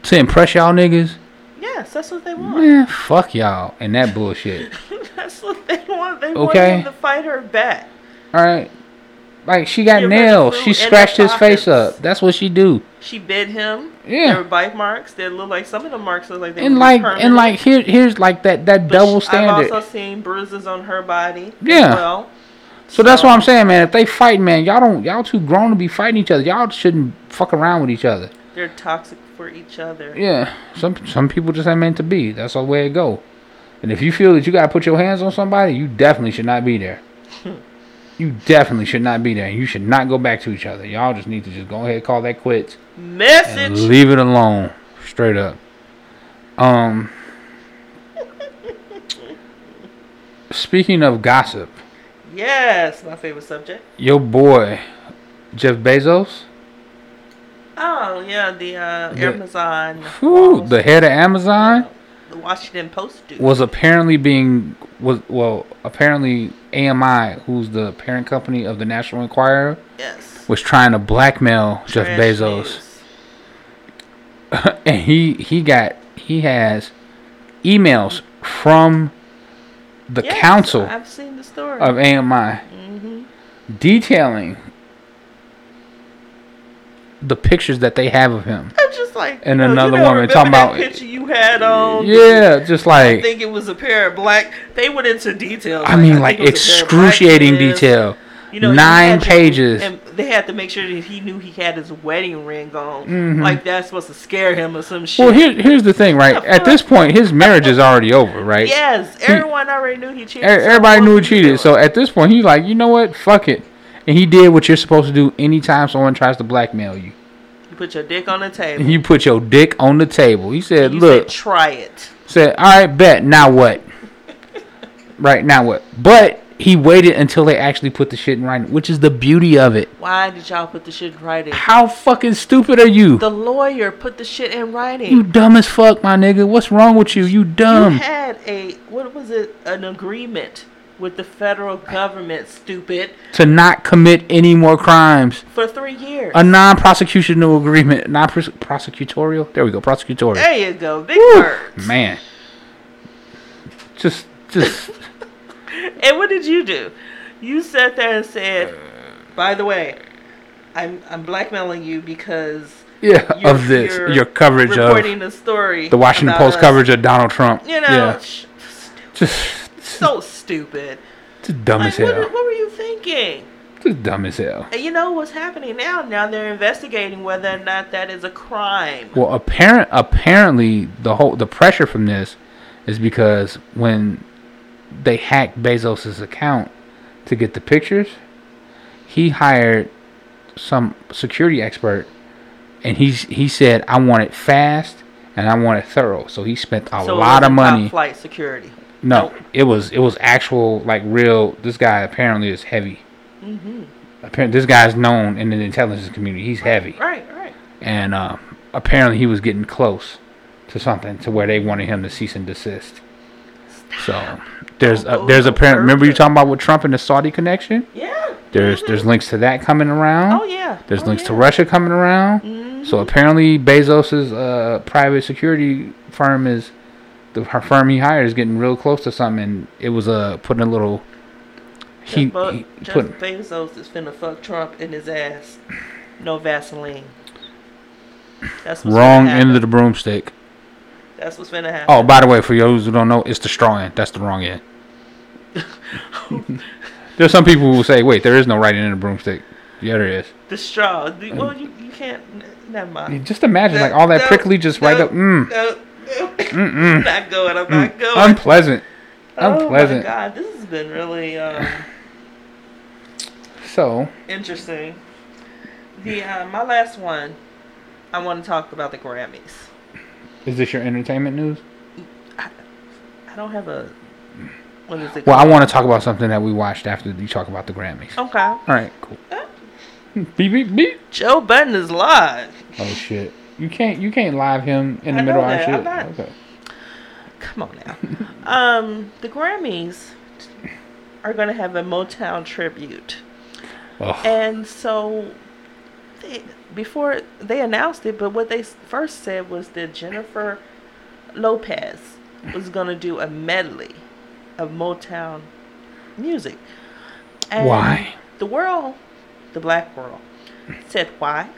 S1: To impress y'all niggas?
S2: Yes, that's what they want.
S1: Man, fuck y'all and that bullshit.
S2: that's what they want. They
S1: Mm. Okay.
S2: want him to fight her back.
S1: All right. Like she got
S2: Give her
S1: nails.
S2: fruit
S1: She
S2: in her
S1: scratched his face
S2: pockets.
S1: up. That's what she do.
S2: She bit him.
S1: Yeah.
S2: There were bite marks. They look like some of the marks look like they
S1: And
S2: were
S1: like
S2: permanent.
S1: and like here here's like that that
S2: But
S1: double
S2: sh-
S1: standard.
S2: I've also seen bruises on her body. as
S1: Yeah.
S2: well.
S1: so that's what I'm saying, man. If they fight, man, y'all don't y'all too grown to be fighting each other. Y'all shouldn't fuck around with each other.
S2: They're toxic for each other.
S1: Yeah. Some some people just ain't meant to be. That's the way it go. And if you feel that you gotta put your hands on somebody, you definitely should not be there. you definitely should not be there. And you should not go back to each other. Y'all just need to just go ahead and call that quits.
S2: Message.
S1: Leave it alone. Straight up. Um Speaking of gossip,
S2: yes, my favorite subject.
S1: your boy Jeff Bezos,
S2: Oh yeah, the uh,
S1: The-
S2: Amazon.
S1: whew, the head of Amazon,
S2: The Washington Post dude.
S1: was apparently being was well, apparently AMI, who's the parent company of the National Enquirer,
S2: yes.
S1: was trying to blackmail Jeff
S2: Trash
S1: Bezos.
S2: news.
S1: and he he got he has emails from the
S2: Yes,
S1: council Uh,
S2: I've seen the story.
S1: of AMI
S2: Mm-hmm.
S1: detailing the pictures that they have of him.
S2: I'm just like.
S1: And
S2: yo, you
S1: another
S2: don't
S1: woman
S2: remember
S1: talking
S2: that
S1: about-
S2: picture you had on.
S1: Yeah, just
S2: I
S1: like
S2: think it was a pair of black. They went into detail.
S1: I mean, like
S2: think it was a pair of black
S1: excruciating
S2: jeans.
S1: detail.
S2: You know, he
S1: Nine
S2: had to-
S1: pages.
S2: and they had to make sure that he knew he had his wedding ring on. Like that's supposed to scare him or some shit.
S1: Mm-hmm. Well, here, here's the thing, right?
S2: The
S1: At this point, his marriage is already over, right?
S2: yes, everyone already knew he cheated.
S1: E-
S2: so
S1: Everybody
S2: what
S1: knew
S2: were
S1: he
S2: you
S1: cheated.
S2: doing?
S1: So at this point, he's like, you know what? Fuck it. And he did what you're supposed to do anytime someone tries to blackmail you.
S2: you put your dick on the table.
S1: You put your dick on the table. He said,
S2: You
S1: look,
S2: said, try it.
S1: Said, all right, bet. Now what? right, now what? But he waited until they actually put the shit in writing, which is the beauty of it.
S2: Why did y'all put the shit in writing?
S1: How fucking stupid are you?
S2: The lawyer put the shit in
S1: you
S2: writing.
S1: dumb as fuck, my nigga. What's wrong with you? You
S2: you
S1: dumb.
S2: had a what was it? An agreement with the federal government, stupid,
S1: to not commit any more crimes.
S2: for three years.
S1: A non prosecutional agreement. Non prosecutorial? There we go. Prosecutorial.
S2: there you go, big
S1: Whew,
S2: words.
S1: man. Just, just.
S2: And what did you do? You sat there and said, "By the way, I'm I'm blackmailing you because
S1: Yeah,
S2: you're-
S1: of this,
S2: you're
S1: your coverage of
S2: reporting a story,
S1: the Washington
S2: about
S1: Post
S2: us.
S1: coverage of Donald Trump.
S2: You know,
S1: Yeah.
S2: sh-
S1: Just.
S2: so stupid.
S1: It's dumb
S2: Like,
S1: as
S2: what,
S1: hell.
S2: what were you thinking?
S1: This is dumb as hell.
S2: And you know what's happening now? Now they're investigating whether or not that is a crime.
S1: Well, apparent apparently the whole the pressure from this is because when they hacked Bezos's account to get the pictures, he hired some security expert, and he's he said I want it fast and I want it thorough. So he spent a
S2: So it
S1: lot of
S2: wasn't top
S1: money.
S2: Flight security.
S1: No,
S2: Nope.
S1: it was it was actual like real. This guy apparently is heavy.
S2: Mm-hmm.
S1: Apparently, this guy's known in the intelligence community. He's heavy,
S2: Right, right.
S1: and uh, apparently he was getting close to something to where they wanted him to cease and desist. So there's
S2: Don't
S1: uh,
S2: go
S1: there's
S2: Oh, no
S1: apparent. Remember you
S2: further.
S1: talking about with Trump and the Saudi connection?
S2: Yeah.
S1: There's there's links to that coming around.
S2: Oh yeah.
S1: There's
S2: Oh,
S1: links to
S2: yeah. Mm-hmm.
S1: Russia coming around. So apparently, Bezos's uh, private security firm is the her firm he hired is getting real close to something, and it was uh putting a little he,
S2: Jeff, Bo-
S1: he
S2: Jeff
S1: put
S2: Bezos is finna fuck Trump in his ass. No Vaseline. That's what's
S1: wrong
S2: finna
S1: end of
S2: happen.
S1: the broomstick.
S2: That's what's finna happen.
S1: Oh, by the way, for those who don't know, it's the straw end. That's the wrong end. There's some people who will say, "Wait, there is no right end of the broomstick." Yeah, there is.
S2: The straw. The- Well, you, you can't. n- Never
S1: I mean,
S2: mind.
S1: Just imagine, like all that
S2: No,
S1: prickly, just
S2: no,
S1: right up. Mm,
S2: No, no. I'm not going. I'm not going.
S1: unpleasant.
S2: Oh my
S1: Unpleasant.
S2: god, this has been really um,
S1: So,
S2: interesting. The uh, my last one, I want to talk about the Grammys.
S1: is this your entertainment news?
S2: I don't have a. What is it?
S1: Well, I
S2: called?
S1: want to talk about something that we watched after you talk about the Grammys.
S2: Okay. Uh,
S1: All right, cool. Beep beep beep.
S2: Joe Budden is live.
S1: Oh shit! You can't you can't live him in the
S2: I
S1: middle
S2: know
S1: of our
S2: that.
S1: shit.
S2: I'm not-
S1: Okay.
S2: Come on now. um, the Grammys are going to have a Motown tribute.
S1: Ugh.
S2: And so, they, before they announced it, but what they s- first said was that Jennifer Lopez was going to do a medley of Motown music. And
S1: Why?
S2: The world, the black world, said why?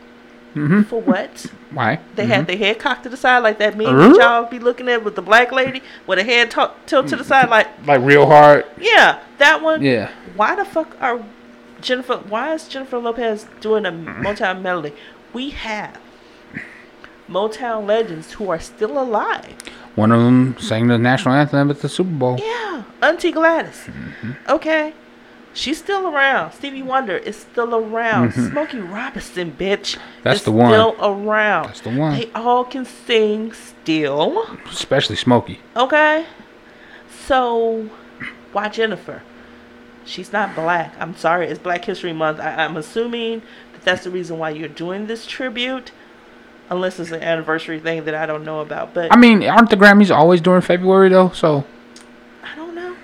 S1: Mhm.
S2: For what?
S1: Why?
S2: They had their head cocked to the side like that meme
S1: Uh-huh.
S2: that y'all be looking at with the black lady with her head to- tilted to the side like,
S1: Mm-hmm. like real hard.
S2: yeah, that one
S1: Yeah.
S2: why the fuck are Jennifer? Why is Jennifer Lopez doing a Motown melody? We have Motown legends who are still alive.
S1: One of them sang the national anthem at the Super Bowl.
S2: Yeah, Auntie Gladys.
S1: Mm-hmm.
S2: Okay, she's still around. Stevie Wonder is still around. Smokey Robinson, bitch,
S1: Mm-hmm. That's
S2: is
S1: the one.
S2: Still around.
S1: That's the one.
S2: They all can sing still.
S1: Especially Smokey.
S2: Okay. So, why Jennifer? She's not black. I'm sorry. It's Black History Month. I, I'm assuming that that's the reason why you're doing this tribute, unless it's an anniversary thing that I don't know about. But
S1: I mean, aren't the Grammys always during February though? So
S2: I don't know.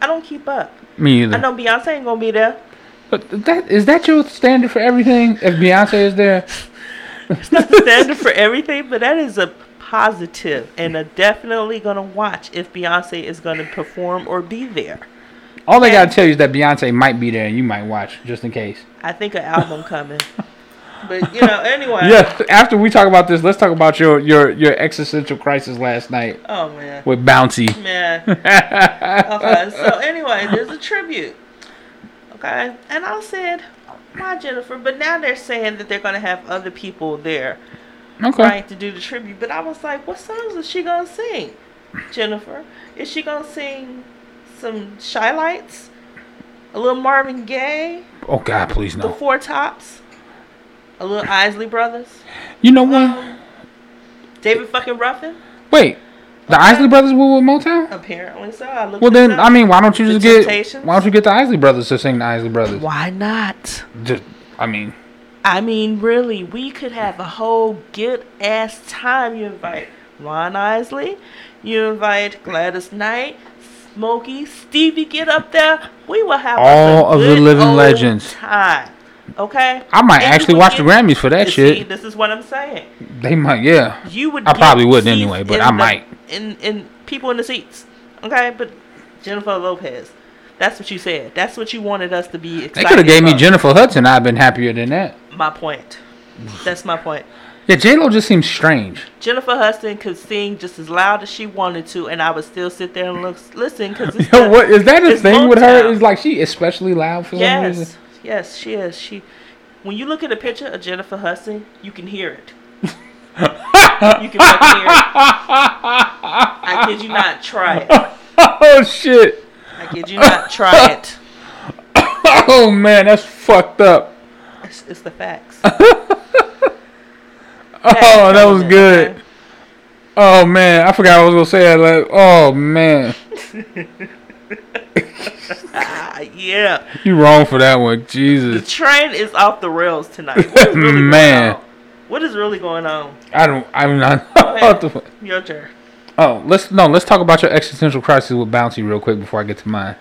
S2: I don't keep up.
S1: me either.
S2: I know Beyonce ain't gonna be there.
S1: But that is that your standard for everything? If Beyonce is there,
S2: It's not the standard for everything, but that is a positive, and I'm definitely gonna watch if Beyonce is gonna perform or be there.
S1: all they gotta tell you is that Beyonce might be there, and you might watch just in case.
S2: I think an album coming. But you know, anyway.
S1: Yeah, after we talk about this, let's talk about your your your existential crisis last night
S2: Oh man.
S1: with Bouncy.
S2: Man. okay. So anyway, there's a tribute. Okay. And I said, why Jennifer? But now they're saying that they're gonna have other people there,
S1: Okay.
S2: right, to do the tribute. But I was like, what songs is she gonna sing? Jennifer, is she gonna sing some Shy Lights, a little Marvin Gaye,
S1: Oh God, please
S2: the
S1: no.
S2: Four Tops, a little Isley Brothers,
S1: You know what?
S2: um, David fucking Ruffin?
S1: Wait, the Isley Brothers were with Motown.
S2: Apparently so. I looked
S1: Well
S2: this
S1: then,
S2: up.
S1: I mean, why don't you
S2: The
S1: just get
S2: Temptations?
S1: why don't you get the Isley Brothers to sing the Isley Brothers?
S2: why not?
S1: Just, I mean,
S2: I mean, really, we could have a whole good ass time. You invite Ron Isley, you invite Gladys Knight, Smokey, Stevie, get up there. We will have
S1: All of the
S2: good
S1: living
S2: old
S1: legends.
S2: Time, okay?
S1: I might
S2: And you
S1: actually
S2: would
S1: watch the
S2: get-
S1: Grammys for that
S2: You See,
S1: shit.
S2: this is what I'm saying.
S1: They might, yeah.
S2: You would.
S1: I
S2: get
S1: probably wouldn't
S2: seats
S1: anyway, but
S2: in
S1: I
S2: the-
S1: might.
S2: In in people in the seats, okay? But Jennifer Lopez, that's what you said. That's what you wanted us to be.
S1: They could have gave me
S2: about.
S1: Jennifer Hudson. I'd been happier than that.
S2: My point. That's my point.
S1: Yeah, J Lo just seems strange.
S2: Jennifer Hudson could sing just as loud as she wanted to, and I would still sit there and look, listen because
S1: Yo, what is that a
S2: It's
S1: thing with her?
S2: Motown.
S1: Is like she especially loud for some reason?
S2: Yes, Yes, she is. She. When you look at a picture of Jennifer Hudson, you can hear it. you can fucking hear it. I kid you not. Try it.
S1: oh shit.
S2: I kid you not. Try it.
S1: Oh man, that's fucked up.
S2: It's, it's the facts.
S1: Oh, that was good. Oh man, I forgot I was gonna say that. Like, oh man,
S2: Ah, yeah.
S1: you wrong for that one.
S2: The
S1: Jesus,
S2: train is off the rails tonight. What is really going
S1: Man.
S2: on? What is really going on?
S1: I don't. I'm not.
S2: ahead. Your turn.
S1: oh, let's no. Let's talk about your existential crisis with Bouncy real quick before I get to mine.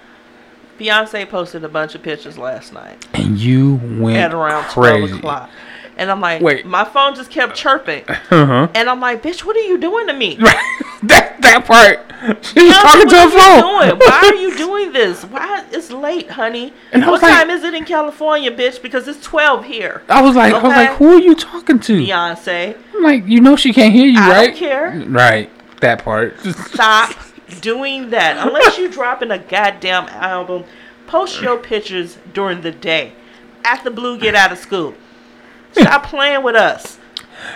S2: Beyonce posted a bunch of pictures last night
S1: And you went
S2: at around
S1: crazy.
S2: 12 o'clock. And I'm like,
S1: Wait.
S2: my phone just kept chirping.
S1: Uh-huh.
S2: And I'm like, bitch, what are you doing to me?
S1: that that part. She was
S2: Beyonce,
S1: talking to her
S2: what
S1: phone.
S2: are you doing? Why are you doing this? Why? It's late, honey.
S1: And I
S2: what
S1: was like-
S2: time is it in California, bitch? Because it's 12 here.
S1: I was like, I was
S2: Okay.
S1: like, who are you talking to?
S2: Beyonce,
S1: I'm like, you know she can't hear you,
S2: I don't
S1: right?
S2: care.
S1: Right, that part.
S2: stop doing that. Unless you're dropping a goddamn album, post your pictures during the day. After Blue get out of school. Stop playing with us.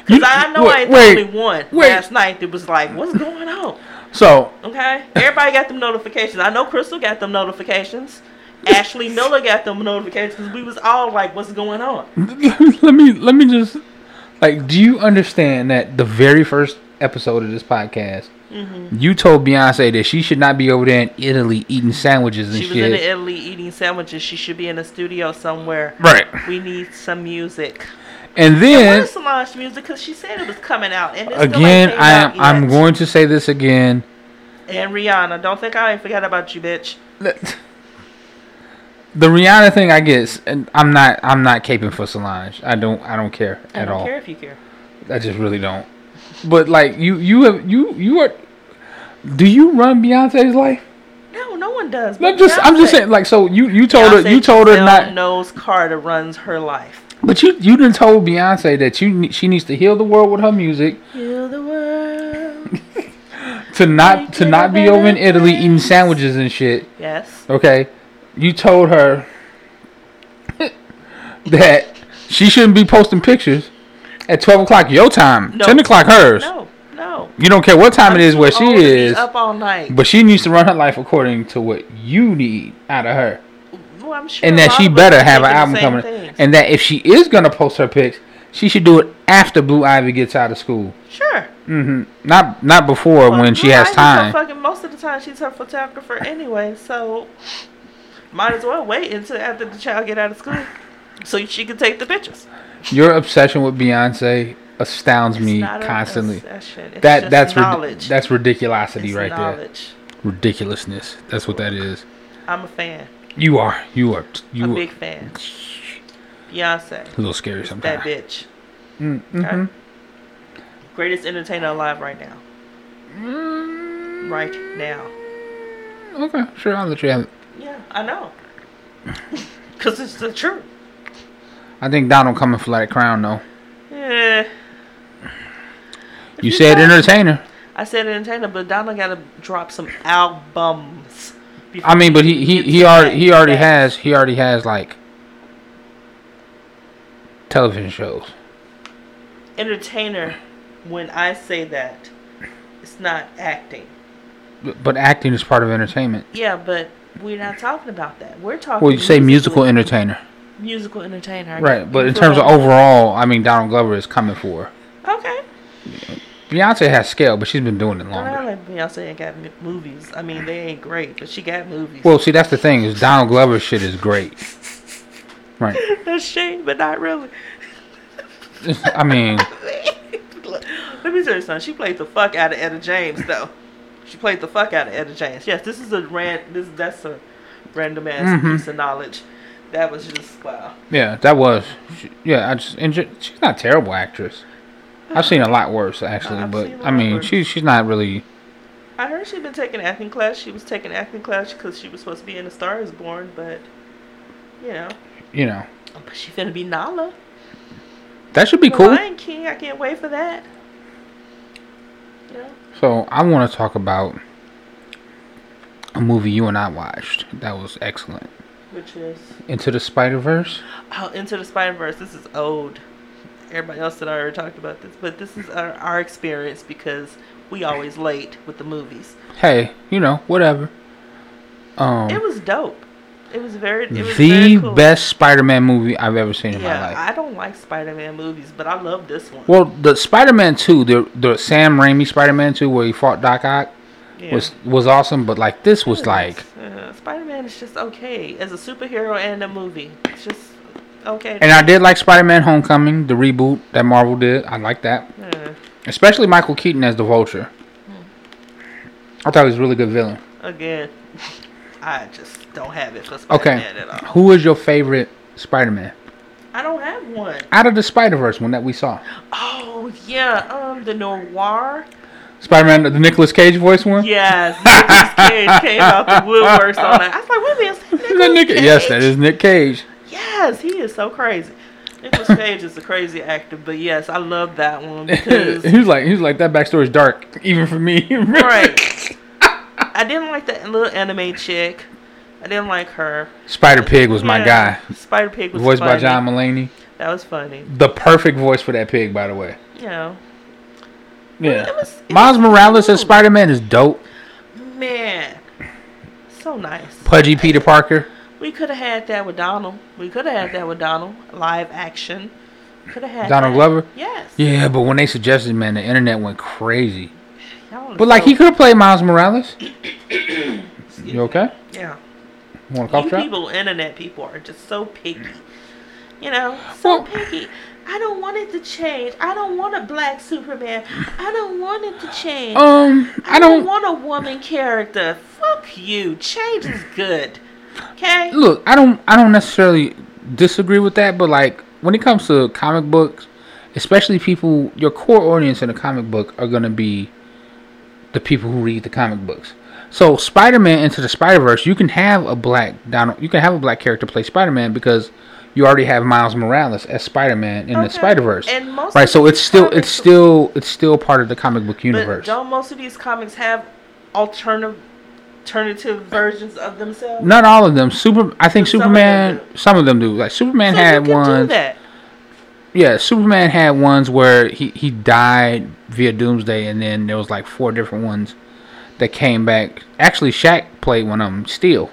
S1: You-
S2: Cause I know I ain't the only one
S1: wait.
S2: last night that was like, what's going on?
S1: So
S2: Okay? Everybody got them notifications. I know Crystal got them notifications. Ashley Miller got them notifications because we was all like, what's going on?
S1: let me let me just like do you understand that the very first episode of this podcast
S2: Mm-hmm.
S1: you told beyonce that she should not be over there in italy eating sandwiches and
S2: She was in
S1: shit
S2: Italy eating sandwiches. She should be in a studio somewhere.
S1: right
S2: We need some music.
S1: and
S2: Where's
S1: then
S2: Solange music? Because she said it was coming out. And it still ain't
S1: again
S2: came
S1: i am
S2: out
S1: i'm
S2: yet.
S1: going to say this again
S2: And Rihanna, don't think I ain't forgot about you, bitch.
S1: That- the rihanna thing i guess and i'm not i'm not caping for solange i don't i don't care
S2: I
S1: at
S2: don't
S1: all
S2: care if you care.
S1: I just really don't. But like you, you have you you are. Do you run Beyonce's life?
S2: No, no one does.
S1: I'm
S2: but
S1: just I'm just
S2: Beyonce-
S1: saying. Like so, you you told her
S2: Beyonce
S1: you told her
S2: Giselle
S1: not.
S2: knows Carter runs her life.
S1: But you you done told Beyonce that you ne- she needs to heal the world with her music
S2: Heal the world.
S1: to not
S2: Make
S1: to
S2: it a
S1: not be over in
S2: better
S1: Italy eating
S2: place.
S1: sandwiches and shit.
S2: yes.
S1: Okay, you told her that she shouldn't be posting pictures at twelve o'clock your time,
S2: No.
S1: ten o'clock hers.
S2: No, no.
S1: You don't care what time it is
S2: too
S1: where she
S2: old to be
S1: is.
S2: up all night.
S1: But she needs to run her life according to what you need out of her,
S2: Well, I'm sure
S1: and
S2: a
S1: that
S2: lot
S1: she
S2: of us
S1: better
S2: are
S1: have an
S2: thinking the
S1: album
S2: same
S1: coming.
S2: things.
S1: And that if she is gonna post her pics, she should do it after Blue Ivy gets out of school.
S2: sure.
S1: hmm Not not before
S2: Well,
S1: when she
S2: Blue
S1: has
S2: Ivy's her
S1: time.
S2: Fucking most of the time, she's her photographer anyway, so might as well wait until after the child get out of school, so she can take the pictures.
S1: Your obsession with Beyonce astounds
S2: It's
S1: me
S2: not an
S1: constantly.
S2: obsession, it's
S1: that
S2: just
S1: that's rid-
S2: knowledge.
S1: that's ridiculosity
S2: It's
S1: right
S2: knowledge.
S1: there. Ridiculousness. That's what that is.
S2: I'm a fan,
S1: You are you are
S2: a
S1: you are
S2: big fan. Beyonce,
S1: a little scary
S2: that
S1: sometimes.
S2: bitch,
S1: Mm-hmm.
S2: okay? greatest entertainer alive right now,
S1: Mm.
S2: right now.
S1: Okay, sure. I'll let you have it.
S2: Yeah, I know, cause it's the truth.
S1: I think Donald coming for that crown though.
S2: Yeah.
S1: You said entertainer.
S2: I said entertainer, but Donna gotta drop some albums. before
S1: I mean, but he he,
S2: gets
S1: he
S2: to
S1: already he
S2: that
S1: already
S2: status.
S1: has he already has like television shows.
S2: entertainer. When I say that, it's not acting.
S1: B- But acting is part of entertainment.
S2: Yeah, but we're not talking about that. We're talking.
S1: Well, you say musical
S2: musically-
S1: entertainer,
S2: musical entertainer.
S1: right? But in
S2: So-
S1: terms of overall, I mean, Donald Glover is coming for. her.
S2: okay,
S1: Beyonce has scale, but she's been doing it
S2: I don't know,
S1: longer.
S2: like Beyonce ain't got m- movies. I mean, they ain't great, but she got movies.
S1: Well, see, that's the thing is Donald Glover shit is great, right?
S2: that's shame, but not really.
S1: I mean,
S2: Look, Let me tell you something. She played the fuck out of Etta James, though. She played the fuck out of Etta James. Yes, this is a ran. This that's a random ass
S1: Mhm.
S2: piece of knowledge. That was just wow.
S1: yeah, that was, she- yeah. I just and ju- she's not a terrible actress. I've seen a lot worse actually,
S2: I've
S1: but
S2: seen a
S1: I
S2: lot
S1: mean,
S2: worse.
S1: she's she's not really.
S2: I heard she'd been taking acting class. She was taking acting class because she was supposed to be in *A Star Is Born*, but you know,
S1: You know,
S2: but she finna be Nala.
S1: that should be
S2: The
S1: cool.
S2: Lion King. I can't wait for that. You know,
S1: So I want to talk about a movie you and I watched that was excellent.
S2: which is
S1: Into the Spider Verse.
S2: oh, Into the Spider Verse. This is old. Everybody else that I already talked about this, but this is our, our experience because we always late with the movies.
S1: Hey, you know, whatever. Um,
S2: It was dope. It was very it was
S1: the
S2: very cool.
S1: best Spider-Man movie I've ever seen in my life.
S2: Yeah, I don't like Spider-Man movies, but I love this one.
S1: Well, the Spider-Man Two, the the Sam Raimi Spider-Man Two, where he fought Doc Ock,
S2: Yeah.
S1: was was awesome. But like this was like,
S2: Yeah, Spider-Man is just okay as a superhero and a movie. It's just okay.
S1: and I did like Spider-Man Homecoming, the reboot that Marvel did. I like that,
S2: Yeah,
S1: especially Michael Keaton as the Vulture.
S2: Hmm.
S1: I thought he was a really good villain.
S2: again, I just don't have it for
S1: Okay,
S2: Spider-Man at all.
S1: who is your favorite Spider-Man
S2: I don't have one.
S1: out of the Spider-Verse one that we saw?
S2: Oh yeah, um, the noir.
S1: Spider-Man, the Nicolas Cage voice one.
S2: Yes, Nicolas Cage came out the woodworks on that. I was like, wait a minute, is
S1: Is that
S2: that
S1: Nick-
S2: Nicolas Cage?
S1: Yes, that is Nick Cage.
S2: Yes, he is so crazy. Nicolas Cage is a crazy actor, but yes, I love that one because
S1: he was like, he was like, that backstory is dark, even for me.
S2: Right. I didn't like that little anime chick. I didn't like her.
S1: Spider Pig was my guy.
S2: Spider Pig was
S1: Voiced
S2: funny.
S1: by John Mulaney.
S2: That was funny.
S1: The perfect voice for that pig, by the way.
S2: You know,
S1: Yeah.
S2: It was- it
S1: Miles
S2: was
S1: Morales as
S2: cool.
S1: Spider Man is dope.
S2: man, so nice.
S1: Pudgy Peter Parker.
S2: We could have had that with Donald. We could have had that with Donald. Live action. Could have had
S1: Donald
S2: that.
S1: Glover?
S2: Yes.
S1: Yeah, but when they suggested, man, the internet went crazy.
S2: Y'all are
S1: But like,
S2: so-
S1: he could have played Miles Morales. You okay?
S2: yeah.
S1: You want a
S2: You
S1: cough drop?
S2: people, internet people, are just so picky. You know, so
S1: Well-
S2: picky. I don't want it to change. I don't want a black Superman. I don't want it to change.
S1: Um, I don't
S2: want a woman character. Fuck you. Change is good. Okay?
S1: look. I don't. I don't necessarily disagree with that. But like, when it comes to comic books, especially people, your core audience in a comic book are gonna be the people who read the comic books. So Spider-Man into the Spider-Verse, you can have a black Donald, you can have a black character play Spider-Man because you already have Miles Morales as Spider-Man in the
S2: Okay.
S1: Spider-Verse.
S2: And most
S1: right,
S2: of
S1: so
S2: these
S1: it's still
S2: comics-
S1: it's still it's still part of the comic book
S2: But
S1: universe.
S2: don't most of these comics have alternative alternative versions of themselves?
S1: Not all of them. Super I think
S2: Some of them
S1: Superman
S2: do.
S1: some of them do. Like Superman
S2: so
S1: had
S2: you can do
S1: one
S2: that.
S1: Yeah, Superman had ones where he, he died via Doomsday, and then there was like four different ones that came back. Actually, Shaq played one of them, Steel.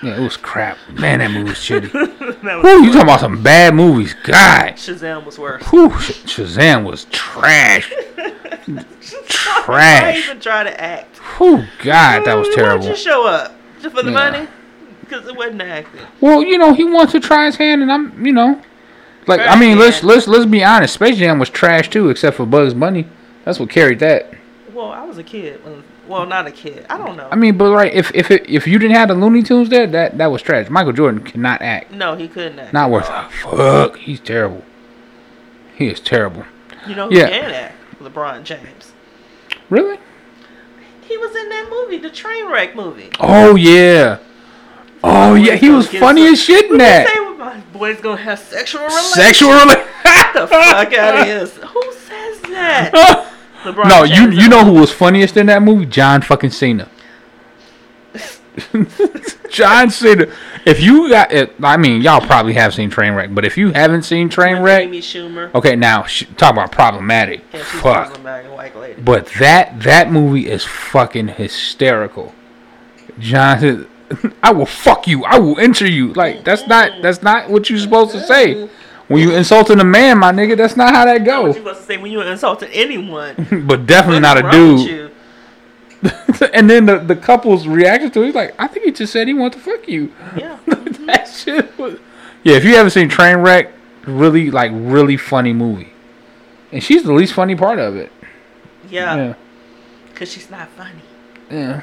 S1: Yeah, it was crap. Man, that movie was shitty.
S2: Oh, that was
S1: Whew, you talking about some bad movies. God.
S2: Shazam was worse.
S1: Whew, Sh- Shazam was trash.
S2: Why
S1: trash.
S2: even try to act?
S1: Whew, God, that was
S2: Why- Why'd
S1: terrible.
S2: you show up? Just for the
S1: Yeah.
S2: money? Because it wasn't acting.
S1: Well, you know, he wants to try his hand, and I'm, you know, like, I
S2: Trash
S1: mean, let's
S2: can.
S1: let's let's be honest. Space Jam was trash too, except for Bugs Bunny. That's what carried that.
S2: Well, I was a kid. When, well, not a kid. I don't know.
S1: I mean, but right, if if it, if you didn't have the Looney Tunes there, that that was trash. Michael Jordan cannot act.
S2: no, he couldn't act.
S1: Not worth a fuck. He's terrible. He is terrible.
S2: You know who
S1: Yeah.
S2: can act? LeBron James.
S1: Really?
S2: He was in that movie, the train wreck movie.
S1: Oh yeah. Oh yeah, he was funny as shit in
S2: What they say
S1: that.
S2: when my boys gonna have sexual relations?
S1: Sexual rela-
S2: Get the fuck out of here! Who says that? LeBron
S1: No, you
S2: James.
S1: you know who was funniest in that movie? John fucking Cena. John Cena. If you got it, I mean, y'all probably have seen Trainwreck, but if you haven't seen Trainwreck,
S2: Amy Schumer.
S1: okay, now sh- talk about problematic.
S2: Yeah, she's
S1: Oh, Fuck.
S2: a black and white lady.
S1: But that that movie is fucking hysterical. John says, I will fuck you. I will enter you. Like that's not that's not what you're supposed to say. When you insulting a man, my nigga, that's not how that
S2: What
S1: goes.
S2: you supposed to say when you were insulting anyone?
S1: But definitely not a
S2: What's wrong with
S1: dude.
S2: you?
S1: and then the, the couple's reaction to it, he's like, I think he just said he wanted to fuck you.
S2: Yeah.
S1: that shit was Yeah, if you haven't seen Trainwreck, really like really funny movie. And she's the least funny part of it.
S2: Yeah.
S1: Yeah.
S2: Because she's not funny.
S1: Yeah.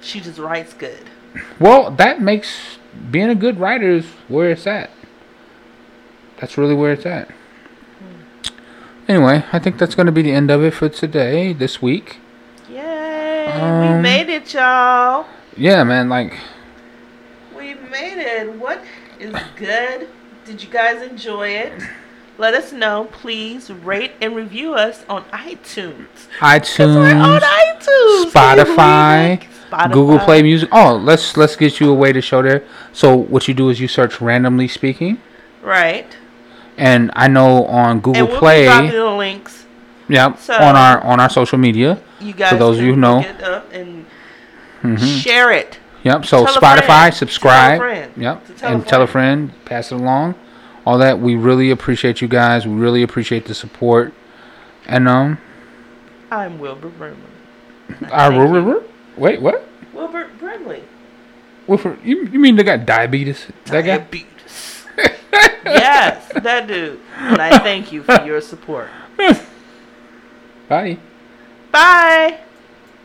S2: She just writes good.
S1: Well, that makes being a good writer is where it's at. That's really where it's at. Anyway, I think that's going to be the end of it for today, this week.
S2: Yay! we
S1: Um,
S2: made it, y'all.
S1: Yeah, man, like,
S2: We made it. What is good? Did you guys enjoy it? Let us know. Please rate and review us on iTunes. 'Cause we're
S1: iTunes,
S2: on iTunes. Can you believe
S1: Hmm. Spotify,
S2: it? Spotify.
S1: Google Play Music. Oh, let's let's get you a way to show there. So what you do is you search randomly speaking,
S2: Right.
S1: and I know on Google
S2: and we'll
S1: Play,
S2: be dropping the links.
S1: yep,
S2: So-
S1: on our on our social media,
S2: You guys
S1: those of
S2: can
S1: you who know. Mm-hmm.
S2: look it up and share it.
S1: yep. So
S2: Tell a
S1: Spotify,
S2: friend.
S1: subscribe,
S2: Tell a friend.
S1: yep,
S2: To tell a
S1: and tell a friend, pass it along, all that. We really appreciate you guys. We really appreciate the support, and um,
S2: I'm Wilbur Brimley.
S1: our
S2: Thank you.
S1: wait, what?
S2: Wilbur Brimley.
S1: Wilford, you, you mean they got diabetes? That guy?
S2: Diabetes. yes, that dude. And I thank you for your support.
S1: Bye.
S2: Bye.